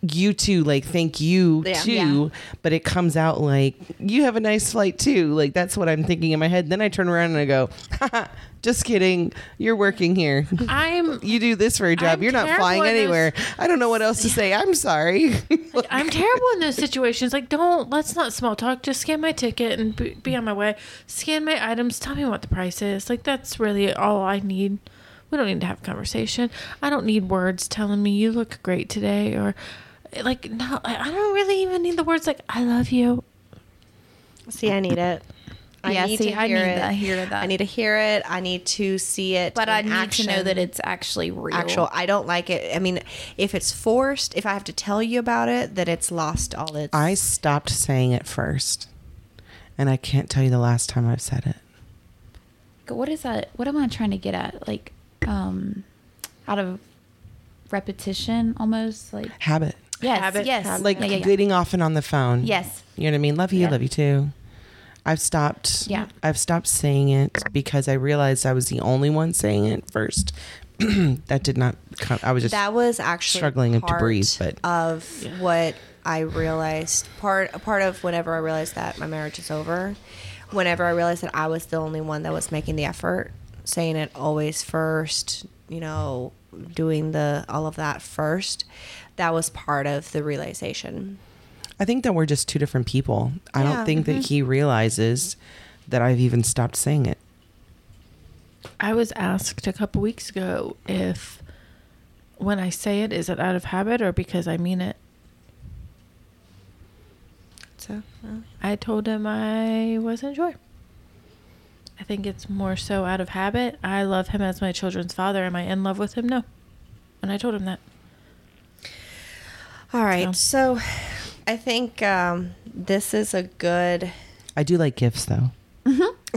[SPEAKER 5] you too, like thank you
[SPEAKER 4] Yeah.
[SPEAKER 5] too, but it comes out like you have a nice flight too. Like that's what I'm thinking in my head. Then I turn around and I go, Haha, just kidding. You're working here.
[SPEAKER 3] I'm
[SPEAKER 5] You do this for a job.
[SPEAKER 3] I'm
[SPEAKER 5] You're not
[SPEAKER 3] terrible
[SPEAKER 5] flying
[SPEAKER 3] at those-
[SPEAKER 5] anywhere. I don't know what else to say. I'm sorry.
[SPEAKER 3] I'm terrible in those situations. Like, don't let's not small talk. Just scan my ticket and be, be on my way. Scan my items. Tell me what the price is. Like, that's really all I need. We don't need to have a conversation. I don't need words telling me you look great today or like no. I I don't really even need the words like I love you.
[SPEAKER 4] See, I need it. I
[SPEAKER 2] Yeah,
[SPEAKER 4] need
[SPEAKER 2] see,
[SPEAKER 4] to
[SPEAKER 2] I
[SPEAKER 4] hear
[SPEAKER 2] need
[SPEAKER 4] it.
[SPEAKER 2] that- hear that.
[SPEAKER 4] I need to hear it. I need to see it.
[SPEAKER 2] but
[SPEAKER 4] in
[SPEAKER 2] I need
[SPEAKER 4] action.
[SPEAKER 2] to know that it's actually real.
[SPEAKER 4] actual. I don't like it. I mean, if it's forced, if I have to tell you about it, then it's lost all its.
[SPEAKER 5] I stopped saying it first. And I can't tell you the last time I've said it.
[SPEAKER 2] What is that? What am I trying to get at? Like, um, out of repetition, almost like
[SPEAKER 5] Habit.
[SPEAKER 2] yes,
[SPEAKER 3] Habit,
[SPEAKER 2] yes,
[SPEAKER 3] habit.
[SPEAKER 5] like
[SPEAKER 2] yeah, yeah, yeah.
[SPEAKER 5] getting off and on the phone.
[SPEAKER 2] Yes.
[SPEAKER 5] You know what I mean? Love you,
[SPEAKER 2] Yeah.
[SPEAKER 5] love you too. I've stopped
[SPEAKER 2] Yeah.
[SPEAKER 5] I've stopped saying it because I realized I was the only one saying it first. that did not come I was just
[SPEAKER 4] that was actually
[SPEAKER 5] struggling to
[SPEAKER 4] part
[SPEAKER 5] breathe, but-
[SPEAKER 4] of what I realized part a part of whenever I realized that my marriage is over, whenever I realized that I was the only one that was making the effort, saying it always first, you know, doing the all of that first. That was part of the realization.
[SPEAKER 5] I think that we're just two different people. I
[SPEAKER 4] Yeah.
[SPEAKER 5] don't think
[SPEAKER 2] mm-hmm.
[SPEAKER 5] that he realizes that I've even stopped saying it.
[SPEAKER 3] I was asked a couple weeks ago if when I say it, is it out of habit or because I mean it?
[SPEAKER 4] So
[SPEAKER 3] I told him I wasn't sure. I think it's more so out of habit. I love him as my children's father. Am I in love with him? No. And I told him that.
[SPEAKER 4] All right. So I think um, this is a good.
[SPEAKER 5] I do like gifts though.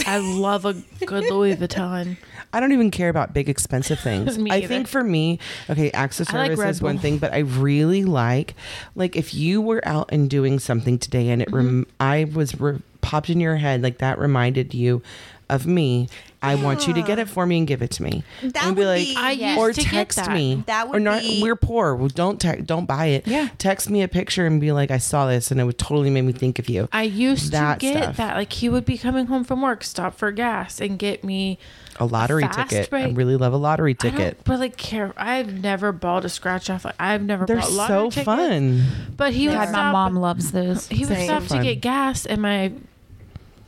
[SPEAKER 3] I love a good Louis Vuitton.
[SPEAKER 5] I don't even care about big expensive things.
[SPEAKER 3] Me
[SPEAKER 5] I
[SPEAKER 3] either.
[SPEAKER 5] think for me, okay, access
[SPEAKER 3] I like
[SPEAKER 5] service
[SPEAKER 3] Red
[SPEAKER 5] is one
[SPEAKER 3] Bull.
[SPEAKER 5] thing, but I really like like if you were out and doing something today and
[SPEAKER 3] Mm-hmm.
[SPEAKER 5] it rem- I was re- popped in your head like that reminded you of me. I want you to get it for me and give it to me.
[SPEAKER 4] That
[SPEAKER 5] and
[SPEAKER 4] would be- I
[SPEAKER 3] used
[SPEAKER 5] or
[SPEAKER 3] to get
[SPEAKER 5] text
[SPEAKER 3] that.
[SPEAKER 5] me.
[SPEAKER 4] That
[SPEAKER 5] or
[SPEAKER 4] would
[SPEAKER 5] not,
[SPEAKER 4] be-
[SPEAKER 5] We're poor. Well, don't te- don't buy it.
[SPEAKER 3] Yeah.
[SPEAKER 5] Text me a picture and be like, I saw this, and it would totally made me think of you.
[SPEAKER 3] I used
[SPEAKER 5] That
[SPEAKER 3] to get
[SPEAKER 5] stuff.
[SPEAKER 3] that. Like he would be coming home from work, stop for gas, and get me
[SPEAKER 5] A lottery
[SPEAKER 3] Fast
[SPEAKER 5] ticket. I
[SPEAKER 3] break.
[SPEAKER 5] really love a lottery
[SPEAKER 3] I don't
[SPEAKER 5] ticket.
[SPEAKER 3] really care. I've never bought a scratch off. Like, I've never
[SPEAKER 5] They're
[SPEAKER 3] bought
[SPEAKER 5] so
[SPEAKER 3] lottery tickets.
[SPEAKER 5] fun.
[SPEAKER 3] But he would
[SPEAKER 2] God, my
[SPEAKER 3] stop-
[SPEAKER 2] mom loves those.
[SPEAKER 3] He would
[SPEAKER 5] Same.
[SPEAKER 3] stop
[SPEAKER 5] So
[SPEAKER 3] to
[SPEAKER 5] fun.
[SPEAKER 3] get gas, and my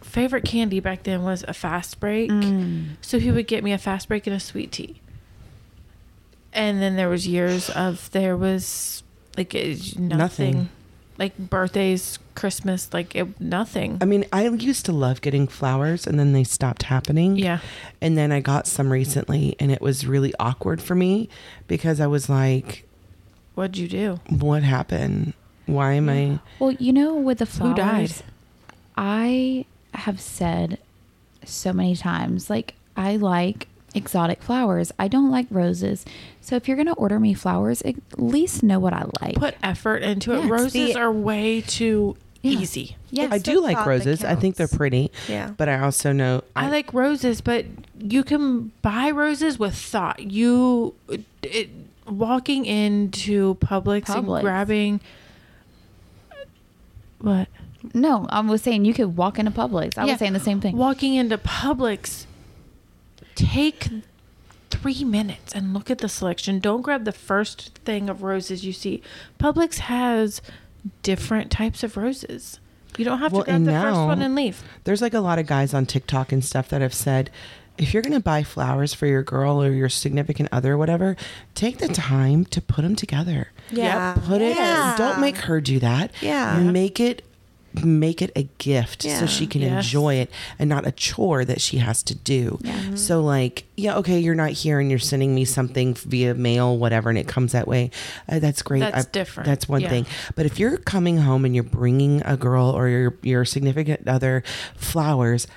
[SPEAKER 3] favorite candy back then was a fast break.
[SPEAKER 2] Mm.
[SPEAKER 3] So he would get me a fast break and a sweet tea. And then there was years of there was like it- nothing,
[SPEAKER 5] Nothing.
[SPEAKER 3] like birthdays, Christmas, like it, nothing.
[SPEAKER 5] I mean, I used to love getting flowers and then they stopped happening.
[SPEAKER 3] Yeah.
[SPEAKER 5] And then I got some recently and it was really awkward for me because I was like,
[SPEAKER 3] What'd you do?
[SPEAKER 5] what happened? Why am I?
[SPEAKER 2] Well, you know, with the flowers,
[SPEAKER 3] Who died?
[SPEAKER 2] I have said so many times, like I like exotic flowers. I don't like roses. So if you're gonna order me flowers, at least know what I like.
[SPEAKER 3] Put effort into
[SPEAKER 2] Yeah,
[SPEAKER 3] it.
[SPEAKER 2] it's
[SPEAKER 3] Roses
[SPEAKER 4] the-
[SPEAKER 3] are way too easy.
[SPEAKER 2] yes,
[SPEAKER 5] I do like
[SPEAKER 4] thought that
[SPEAKER 5] roses. I think they're
[SPEAKER 4] counts.
[SPEAKER 5] pretty.
[SPEAKER 4] Yeah.
[SPEAKER 5] But I also know
[SPEAKER 3] I like roses, but you can buy roses with thought. You it, walking into Publix,
[SPEAKER 2] Publix.
[SPEAKER 3] and grabbing uh, what?
[SPEAKER 2] no. I was saying you could walk into Publix. I
[SPEAKER 3] Yeah.
[SPEAKER 2] was saying the same thing.
[SPEAKER 3] Walking into Publix, take three minutes and look at the selection. Don't grab the first thing of roses you see. Publix has different types of roses. You don't have
[SPEAKER 5] Well,
[SPEAKER 3] to grab
[SPEAKER 5] and
[SPEAKER 3] the first
[SPEAKER 5] now-
[SPEAKER 3] one and leave.
[SPEAKER 5] there's like a lot of guys on TikTok and stuff that have said, if you're going to buy flowers for your girl or your significant other or whatever, take the time to put them together.
[SPEAKER 4] Yeah.
[SPEAKER 5] Put it,
[SPEAKER 4] uh, Yeah.
[SPEAKER 5] don't make her do that.
[SPEAKER 4] Yeah.
[SPEAKER 5] Make it make it a gift so
[SPEAKER 4] Yeah.
[SPEAKER 5] she can
[SPEAKER 3] Yes.
[SPEAKER 5] enjoy it and not a chore that she has to do.
[SPEAKER 4] Mm-hmm.
[SPEAKER 5] So like, yeah, okay, you're not here and you're sending me something via mail, whatever, and it comes that way. Uh, that's great.
[SPEAKER 3] That's different.
[SPEAKER 5] That's one
[SPEAKER 3] Yeah.
[SPEAKER 5] thing. But if you're coming home and you're bringing a girl or your your significant other flowers,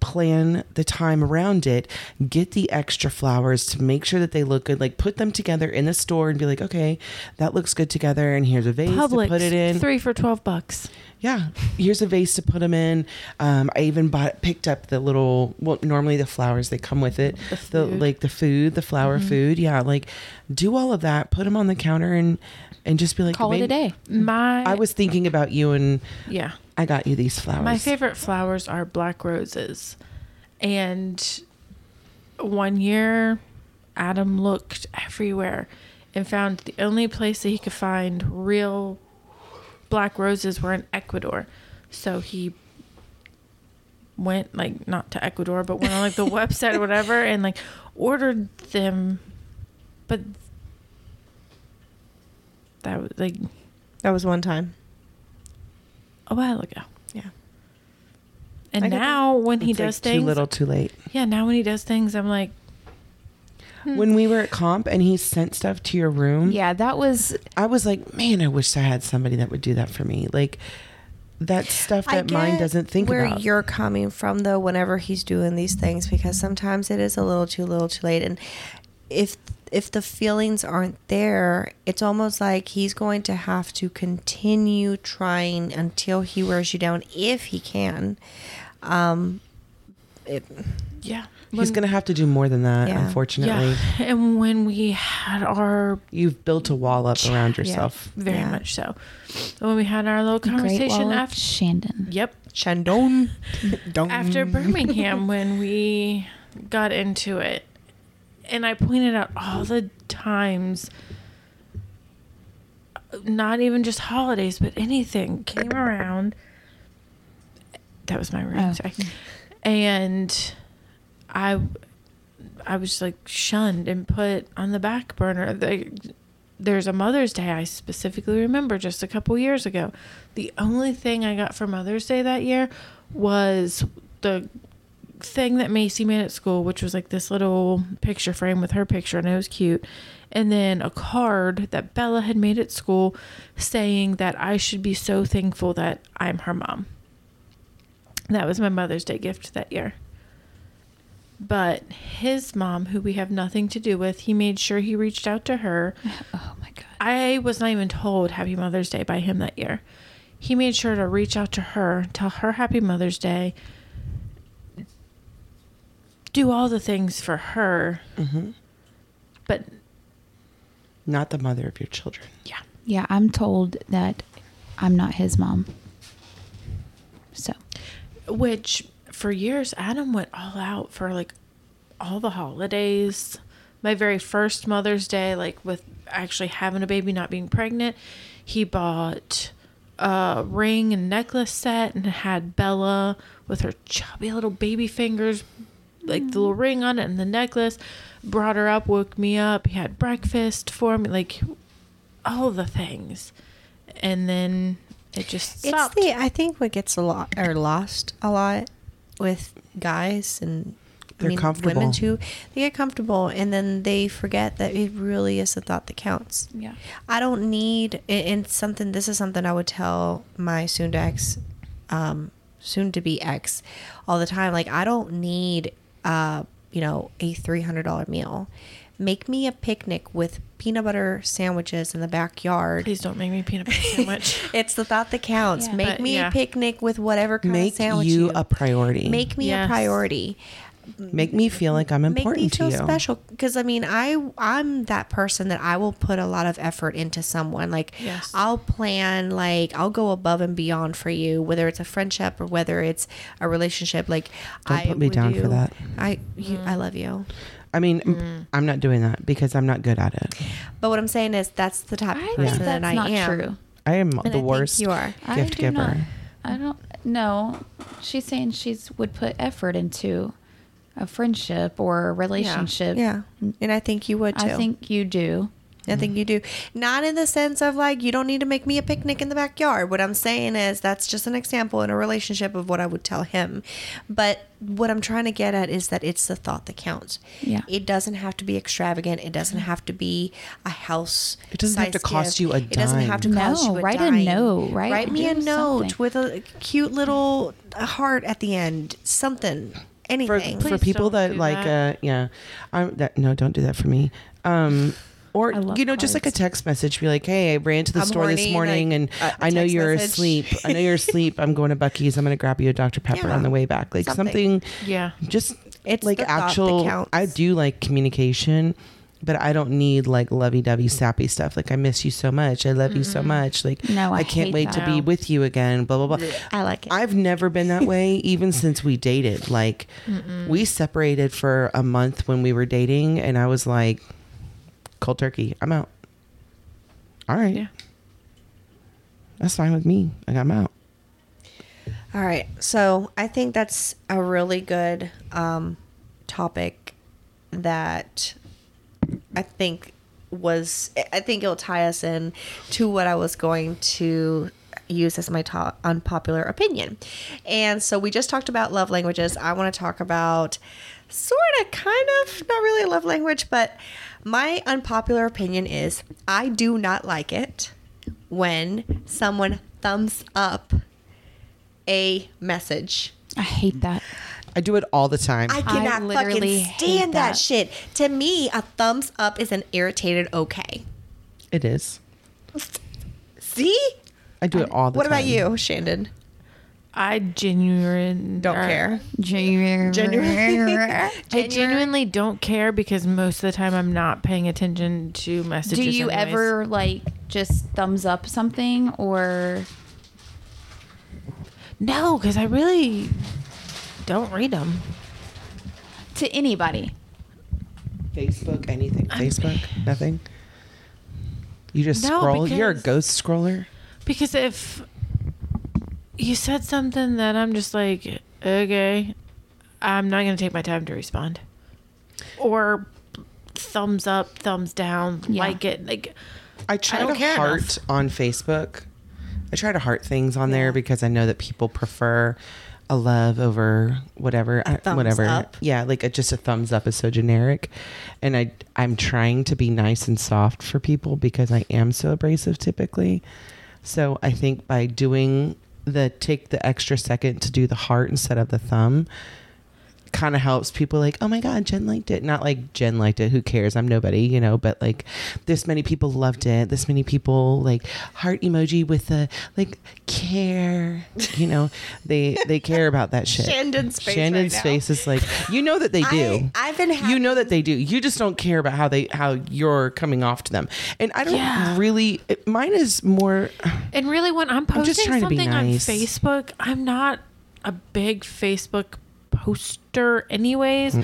[SPEAKER 5] plan the time around it get the extra flowers to make sure that they look good like put them together in the store and be like okay that looks good together and here's a vase
[SPEAKER 3] Publix,
[SPEAKER 5] to put it in
[SPEAKER 3] three for twelve bucks.
[SPEAKER 5] yeah here's a vase to put them in um, i even bought picked up the little well normally the flowers they come with it
[SPEAKER 3] The food.
[SPEAKER 5] like the food the flower food yeah like do all of that put them on the counter and and just be like
[SPEAKER 2] Call it a
[SPEAKER 5] maybe-
[SPEAKER 2] day.
[SPEAKER 3] My
[SPEAKER 5] i was thinking about you and
[SPEAKER 3] yeah.
[SPEAKER 5] i got you these flowers
[SPEAKER 3] My favorite flowers are black roses. And one year, Adam looked everywhere and found the only place that he could find real black roses were in Ecuador. So he went, like, not to Ecuador, but went on, like, the website or whatever and, like, ordered them. But that was, like,
[SPEAKER 4] That was one time.
[SPEAKER 3] a while ago.
[SPEAKER 4] Yeah.
[SPEAKER 3] And
[SPEAKER 4] I get
[SPEAKER 3] now when he
[SPEAKER 5] It's, like,
[SPEAKER 3] does things,
[SPEAKER 5] too little too late
[SPEAKER 3] yeah, now when he does things, I'm like,
[SPEAKER 4] Hmm.
[SPEAKER 5] when we were at comp and he sent stuff to your room
[SPEAKER 2] Yeah, that was
[SPEAKER 5] i was like man i wish i had somebody that would do that for me like that's stuff
[SPEAKER 4] I
[SPEAKER 5] that mine
[SPEAKER 4] get
[SPEAKER 5] doesn't think
[SPEAKER 4] where
[SPEAKER 5] about
[SPEAKER 4] you're coming from though whenever he's doing these things because sometimes it is a little too little too late and if if the feelings aren't there it's almost like he's going to have to continue trying until he wears you down if he can um it,
[SPEAKER 3] yeah,
[SPEAKER 5] he's gonna have to do more than that
[SPEAKER 4] Yeah.
[SPEAKER 5] unfortunately
[SPEAKER 3] yeah. And when we had our
[SPEAKER 5] You've built a wall up around
[SPEAKER 3] Yeah,
[SPEAKER 5] yourself.
[SPEAKER 3] very
[SPEAKER 4] Yeah.
[SPEAKER 3] much so, when we had our little
[SPEAKER 2] Great
[SPEAKER 3] conversation
[SPEAKER 2] Wall of
[SPEAKER 3] after,
[SPEAKER 2] Shandon.
[SPEAKER 3] yep,
[SPEAKER 4] Shandon
[SPEAKER 5] Oh.
[SPEAKER 3] after Birmingham when we got into it, and I pointed out all the times, not even just holidays, but anything came around. That was my room.
[SPEAKER 2] Oh.
[SPEAKER 3] Sorry. And I, I was like shunned and put on the back burner. They, there's a Mother's Day I specifically remember just a couple years ago. The only thing I got for Mother's Day that year was the thing that Macy made at school, which was like this little picture frame with her picture, and it was cute. And then a card that Bella had made at school saying that I should be so thankful that I'm her mom. That was my Mother's Day gift that year. But his mom, who we have nothing to do with, he made sure he reached out to her.
[SPEAKER 2] Oh my god.
[SPEAKER 3] I was not even told Happy Mother's Day by him that year. He made sure to reach out to her, tell her Happy Mother's Day, do all the things for her. But
[SPEAKER 5] Not the mother of your children.
[SPEAKER 3] yeah,
[SPEAKER 2] Yeah, I'm told that I'm not his mom. So
[SPEAKER 3] which for years Adam went all out for like all the holidays. My very first Mother's Day, like with actually having a baby, not being pregnant, he bought a ring and necklace set and had Bella with her chubby little baby fingers, like the little ring on it and the necklace. Brought her up, woke me up. He had breakfast for me, like all the things. And then it just stopped.
[SPEAKER 4] It's the I think what gets a lot or lost a lot with guys and
[SPEAKER 5] They're comfortable.
[SPEAKER 4] Women too, they get comfortable and then they forget that it really is the thought that counts.
[SPEAKER 3] yeah.
[SPEAKER 4] I don't need and- and something. This is something I would tell my soon to ex, um, soon to be ex, all the time. Like I don't need, uh, you know, a three hundred dollar meal. Make me a picnic with peanut butter sandwiches in the backyard
[SPEAKER 3] Please don't make me peanut butter sandwich.
[SPEAKER 4] it's the thought that counts.
[SPEAKER 2] Yeah.
[SPEAKER 4] Make
[SPEAKER 3] But,
[SPEAKER 4] me
[SPEAKER 3] yeah.
[SPEAKER 4] a picnic with whatever kind
[SPEAKER 5] Make
[SPEAKER 4] of sandwich
[SPEAKER 5] you a priority.
[SPEAKER 4] make me
[SPEAKER 3] Yes.
[SPEAKER 4] a priority.
[SPEAKER 5] Make me feel like I'm important
[SPEAKER 4] make me feel
[SPEAKER 5] to you.
[SPEAKER 4] special because I mean I I'm that person that I will put a lot of effort into someone. Like
[SPEAKER 3] Yes.
[SPEAKER 4] I'll plan like I'll go above and beyond for you, whether it's a friendship or whether it's a relationship. Like
[SPEAKER 5] Don't
[SPEAKER 4] I
[SPEAKER 5] put me
[SPEAKER 4] would
[SPEAKER 5] down for
[SPEAKER 4] do-
[SPEAKER 5] that.
[SPEAKER 4] I you,
[SPEAKER 2] Mm.
[SPEAKER 4] I love you,
[SPEAKER 5] I mean,
[SPEAKER 4] Mm.
[SPEAKER 5] I'm not doing that because I'm not good at it.
[SPEAKER 4] but what I'm saying is that's the type
[SPEAKER 2] I
[SPEAKER 4] of
[SPEAKER 2] know
[SPEAKER 4] person
[SPEAKER 2] that's
[SPEAKER 4] that I
[SPEAKER 2] not
[SPEAKER 4] am.
[SPEAKER 2] true.
[SPEAKER 5] I am
[SPEAKER 4] And I
[SPEAKER 5] the
[SPEAKER 4] think
[SPEAKER 5] worst
[SPEAKER 4] you are.
[SPEAKER 2] I
[SPEAKER 5] gift
[SPEAKER 2] do
[SPEAKER 5] giver.
[SPEAKER 2] not- I don't know. She's saying she's would put effort into a friendship or a relationship.
[SPEAKER 4] Yeah, and I think you would too.
[SPEAKER 2] I think you do.
[SPEAKER 4] Nothing you do. Not in the sense of like, you don't need to make me a picnic in the backyard. What I'm saying is that's just an example in a relationship of what I would tell him. But what I'm trying to get at is that it's the thought that counts.
[SPEAKER 2] Yeah.
[SPEAKER 4] It doesn't have to be extravagant. It doesn't have to be a house.
[SPEAKER 5] It doesn't have
[SPEAKER 4] size
[SPEAKER 5] to cost you a
[SPEAKER 4] It doesn't have to
[SPEAKER 5] dime.
[SPEAKER 4] cost
[SPEAKER 2] No,
[SPEAKER 4] you a
[SPEAKER 2] write a
[SPEAKER 4] dime.
[SPEAKER 2] note, right?
[SPEAKER 4] Write me a
[SPEAKER 2] Do
[SPEAKER 4] note
[SPEAKER 2] something.
[SPEAKER 4] with a cute little heart at the end. Something.
[SPEAKER 5] for,
[SPEAKER 4] Anything.
[SPEAKER 5] for
[SPEAKER 3] Please
[SPEAKER 5] people
[SPEAKER 3] don't
[SPEAKER 5] that
[SPEAKER 3] do
[SPEAKER 5] like
[SPEAKER 3] that.
[SPEAKER 5] uh yeah i'm that no don't do that for me um or you know
[SPEAKER 2] love
[SPEAKER 5] just like a
[SPEAKER 2] cards.
[SPEAKER 5] text message be like hey i ran to the
[SPEAKER 4] I'm
[SPEAKER 5] store this
[SPEAKER 4] horny,
[SPEAKER 5] morning
[SPEAKER 4] like,
[SPEAKER 5] and
[SPEAKER 4] a- a
[SPEAKER 5] I know
[SPEAKER 4] text
[SPEAKER 5] you're
[SPEAKER 4] message."
[SPEAKER 5] asleep i know you're asleep i'm going to bucky's i'm going to grab you a dr pepper
[SPEAKER 4] Yeah,
[SPEAKER 5] on the way back like
[SPEAKER 4] something.
[SPEAKER 5] something,
[SPEAKER 3] Yeah.
[SPEAKER 5] just
[SPEAKER 4] It's
[SPEAKER 5] like
[SPEAKER 4] the thought that
[SPEAKER 5] actual
[SPEAKER 4] counts.
[SPEAKER 5] i do like communication but I don't need like lovey-dovey sappy stuff. Like I miss you so much. I love you so much. Like
[SPEAKER 2] No, I
[SPEAKER 5] can't
[SPEAKER 2] hate
[SPEAKER 5] wait to
[SPEAKER 2] that.
[SPEAKER 5] be
[SPEAKER 3] No.
[SPEAKER 5] with you again. Blah blah blah.
[SPEAKER 4] I like it.
[SPEAKER 5] I've never been that way, even since we dated. Like, we separated for a month when we were dating, and I was like, cold turkey, I'm out. All right.
[SPEAKER 3] Yeah.
[SPEAKER 5] That's fine with me. Like, I'm out.
[SPEAKER 4] All right. So I think that's a really good um, topic that I think was, I- I think it'll tie us in to what I was going to use as my top unpopular opinion. And so we just talked about love languages. I want to talk about sort of, kind of, not really a love language, but my unpopular opinion is I do not like it when someone thumbs up a message.
[SPEAKER 2] I hate that.
[SPEAKER 5] I do it all the time.
[SPEAKER 4] I cannot
[SPEAKER 2] literally
[SPEAKER 4] fucking
[SPEAKER 2] hate
[SPEAKER 4] stand that.
[SPEAKER 2] that.
[SPEAKER 4] shit. To me, a thumbs up is an irritated okay.
[SPEAKER 5] it is.
[SPEAKER 4] See?
[SPEAKER 5] I do it all the
[SPEAKER 4] what
[SPEAKER 5] time.
[SPEAKER 4] about you, Shannon?
[SPEAKER 3] I genuine
[SPEAKER 4] Don't
[SPEAKER 3] or-
[SPEAKER 4] care.
[SPEAKER 2] Genuine.
[SPEAKER 4] Genuine.
[SPEAKER 3] I genuinely don't care because most of the time I'm not paying attention to
[SPEAKER 2] Do
[SPEAKER 3] messages.
[SPEAKER 2] you
[SPEAKER 3] anyways.
[SPEAKER 2] ever like just thumbs up something or
[SPEAKER 3] No, because I really don't read them.
[SPEAKER 2] to anybody?
[SPEAKER 5] Facebook, anything. Facebook, nothing. You just
[SPEAKER 3] No,
[SPEAKER 5] scroll. You're a
[SPEAKER 3] because-
[SPEAKER 5] ghost scroller.
[SPEAKER 3] Because if you said something that I'm just like, okay, I'm not going to take my time to respond. Or thumbs up, thumbs down,
[SPEAKER 2] Yeah.
[SPEAKER 3] like it. Like,
[SPEAKER 5] I try
[SPEAKER 3] don't
[SPEAKER 5] to
[SPEAKER 3] care
[SPEAKER 5] heart
[SPEAKER 3] enough.
[SPEAKER 5] on Facebook. I try to heart things on there because I know that people prefer a love over whatever, I-
[SPEAKER 4] thumbs
[SPEAKER 5] whatever.
[SPEAKER 4] up.
[SPEAKER 5] Yeah, like a, just a thumbs up is so generic, and I I'm trying to be nice and soft for people because I am so abrasive typically. So I think by doing the take the extra second to do the heart instead of the thumb kind of helps people like oh my god jen liked it not like jen liked it who cares i'm nobody you know but like this many people loved it this many people like heart emoji with a like care you know they they care about that shit
[SPEAKER 4] Shandon's face
[SPEAKER 5] Shandon's
[SPEAKER 4] right now.
[SPEAKER 5] face is like you know that they do
[SPEAKER 4] I, have been
[SPEAKER 5] you know that they do you just don't care about how they how you're coming off to them and i don't
[SPEAKER 3] Yeah.
[SPEAKER 5] really mine is more
[SPEAKER 3] and really, when I'm posting
[SPEAKER 5] just trying to be
[SPEAKER 3] something
[SPEAKER 5] nice.
[SPEAKER 3] on Facebook, I'm not a big Facebook poster, anyways.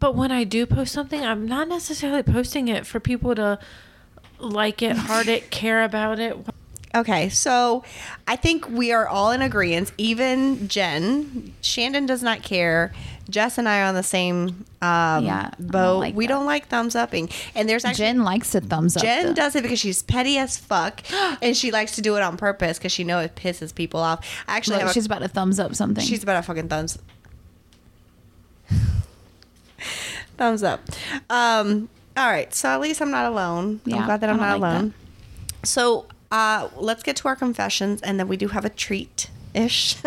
[SPEAKER 3] But when I do post something, I'm not necessarily posting it for people to like it, heart it, care about it.
[SPEAKER 4] Okay, so I think we are all in agreement. Even Jen, Shandon does not care. Jess and I are on the same um,
[SPEAKER 2] Yeah, I don't
[SPEAKER 4] boat.
[SPEAKER 2] like
[SPEAKER 4] we
[SPEAKER 2] that.
[SPEAKER 4] don't like thumbs upping, and there's actually
[SPEAKER 2] Jen likes to thumbs up.
[SPEAKER 4] Jen
[SPEAKER 2] though.
[SPEAKER 4] does it because she's petty as fuck, and she likes to do it on purpose because she know it pisses people off. I actually,
[SPEAKER 2] Look,
[SPEAKER 4] have a-
[SPEAKER 2] she's about to thumbs up something.
[SPEAKER 4] She's about a fucking thumbs. thumbs up. Um, all right. So at least I'm not alone. I'm
[SPEAKER 2] Yeah,
[SPEAKER 4] glad that I'm
[SPEAKER 2] I
[SPEAKER 4] not
[SPEAKER 2] don't like
[SPEAKER 4] alone. So uh, let's get to our confessions, and then we do have a treat ish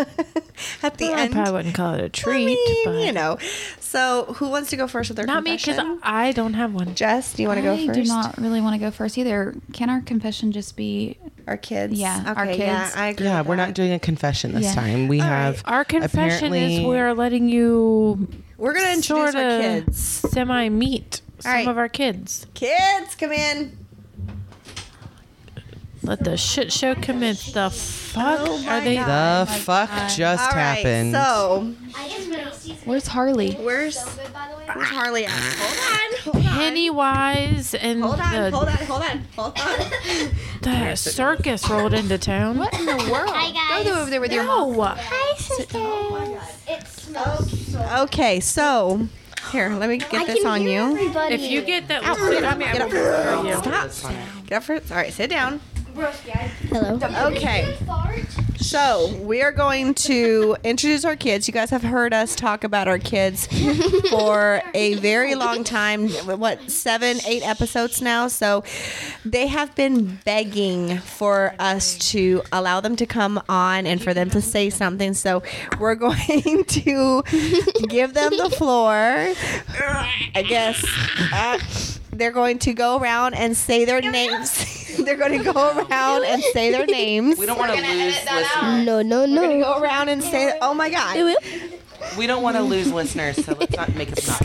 [SPEAKER 4] at the
[SPEAKER 3] Well, I
[SPEAKER 4] end.
[SPEAKER 3] probably wouldn't call it a treat,
[SPEAKER 4] I mean,
[SPEAKER 3] but
[SPEAKER 4] you know. So who wants to go first with their
[SPEAKER 3] not me because
[SPEAKER 4] confession?
[SPEAKER 3] I don't have one.
[SPEAKER 4] Jess, do you want to go
[SPEAKER 2] I
[SPEAKER 4] first?
[SPEAKER 2] do not really want to go first either. Can our confession just be
[SPEAKER 4] Our kids.
[SPEAKER 2] Yeah,
[SPEAKER 4] Okay,
[SPEAKER 2] our
[SPEAKER 4] Yeah,
[SPEAKER 2] kids.
[SPEAKER 4] I agree.
[SPEAKER 5] yeah
[SPEAKER 4] with
[SPEAKER 5] we're
[SPEAKER 4] that.
[SPEAKER 5] not doing a confession this
[SPEAKER 2] Yeah.
[SPEAKER 5] time we
[SPEAKER 4] All right.
[SPEAKER 5] have
[SPEAKER 3] Our confession is
[SPEAKER 5] apparently-
[SPEAKER 3] we're letting you.
[SPEAKER 4] We're gonna introduce our
[SPEAKER 3] sorta
[SPEAKER 4] kids.
[SPEAKER 3] Semi meet some
[SPEAKER 4] right.
[SPEAKER 3] of our kids.
[SPEAKER 4] Kids, come in.
[SPEAKER 3] Let the shit show commence. The fuck
[SPEAKER 4] Oh my
[SPEAKER 3] are they?
[SPEAKER 4] God.
[SPEAKER 5] The
[SPEAKER 2] my
[SPEAKER 5] fuck
[SPEAKER 2] God.
[SPEAKER 5] just
[SPEAKER 4] All right.
[SPEAKER 5] happened.
[SPEAKER 4] So
[SPEAKER 2] Where's Harley?
[SPEAKER 4] where's where's Harley at? Hold on. Hold on.
[SPEAKER 3] Pennywise and
[SPEAKER 4] Hold on,
[SPEAKER 3] the,
[SPEAKER 4] hold on, hold on, hold on.
[SPEAKER 3] the circus rolled into town.
[SPEAKER 2] What in the world?
[SPEAKER 6] Hi guys.
[SPEAKER 2] Go over there with your mom.
[SPEAKER 6] Oh
[SPEAKER 3] No.
[SPEAKER 6] Hi sisters. It smells.
[SPEAKER 4] Okay, so Here, let me get
[SPEAKER 6] I
[SPEAKER 4] this
[SPEAKER 6] can
[SPEAKER 4] on
[SPEAKER 6] hear
[SPEAKER 4] you.
[SPEAKER 6] everybody.
[SPEAKER 3] If you get that,
[SPEAKER 4] Ow.
[SPEAKER 3] I mean, I
[SPEAKER 4] Get
[SPEAKER 3] will
[SPEAKER 4] up.
[SPEAKER 3] screw you.
[SPEAKER 4] Stop. Get up for All right, sit down.
[SPEAKER 6] Hello.
[SPEAKER 4] Okay. So we are going to introduce our kids. You guys have heard us talk about our kids for a very long time. What seven, eight episodes now? So they have been begging for us to allow them to come on and for them to say something. So we're going to give them the floor. I guess. Uh, they're going to go around and say their names. they're going to go around and say their names.
[SPEAKER 5] We don't want to lose listeners.
[SPEAKER 6] No, no,
[SPEAKER 4] We're gonna
[SPEAKER 6] no.
[SPEAKER 4] go around and say, "Oh my god!"
[SPEAKER 5] We don't want to lose listeners, so let's not make it not.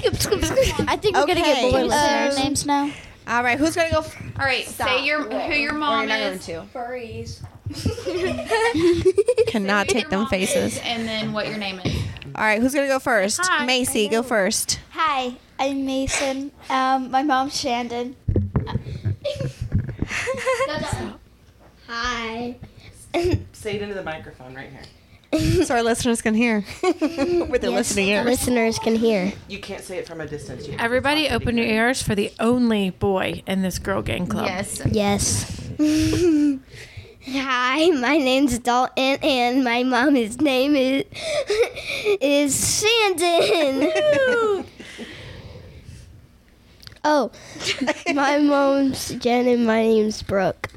[SPEAKER 6] I think we're gonna
[SPEAKER 4] Okay,
[SPEAKER 6] get bored with
[SPEAKER 4] uh,
[SPEAKER 6] their names now.
[SPEAKER 4] All right, who's gonna go? F-
[SPEAKER 2] All right, say your who your
[SPEAKER 4] or you're
[SPEAKER 2] mom
[SPEAKER 4] not going
[SPEAKER 2] is.
[SPEAKER 4] to.
[SPEAKER 7] furries.
[SPEAKER 4] Cannot
[SPEAKER 2] who your
[SPEAKER 4] take them
[SPEAKER 2] mom
[SPEAKER 4] faces.
[SPEAKER 2] is, and then what your name is.
[SPEAKER 4] All right, who's gonna go first?
[SPEAKER 3] Hi.
[SPEAKER 4] Macy, go first.
[SPEAKER 7] Hi, I'm Mason. Um, my mom's Shandon.
[SPEAKER 6] Hi.
[SPEAKER 5] Say it into the microphone right here.
[SPEAKER 4] So our listeners can hear with their listening ears.
[SPEAKER 6] Listeners can hear.
[SPEAKER 5] You can't say it from a distance. You
[SPEAKER 3] Everybody, open your ears for the only boy in this girl gang club.
[SPEAKER 2] Yes.
[SPEAKER 6] Yes. Hi, my name's Dalton, and my mom's name is is Shandon. oh, my mom's Jen, and my name's Brooke.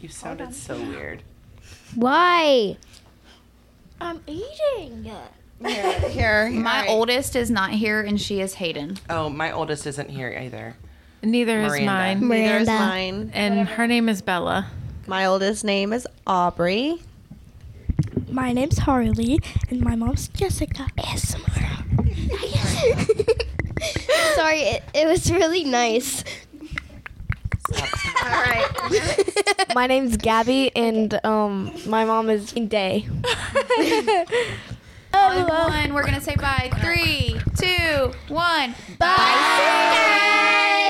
[SPEAKER 5] You sounded so weird.
[SPEAKER 6] Why?
[SPEAKER 7] I'm eating.
[SPEAKER 4] Here,
[SPEAKER 2] My
[SPEAKER 4] all right.
[SPEAKER 2] oldest is not here, and she is Hayden.
[SPEAKER 5] Oh, my oldest isn't here either.
[SPEAKER 3] Neither is
[SPEAKER 5] Miranda.
[SPEAKER 3] mine.
[SPEAKER 4] Neither is
[SPEAKER 6] Miranda.
[SPEAKER 4] mine.
[SPEAKER 3] And her name is Bella.
[SPEAKER 4] My oldest name is Aubrey.
[SPEAKER 7] My name's Harley, and my mom's Jessica.
[SPEAKER 6] Sorry, it, it was really nice.
[SPEAKER 7] my name's Gabby, and um, my mom is Day.
[SPEAKER 2] Only one. We're gonna say bye. Three, two, one. Bye. bye.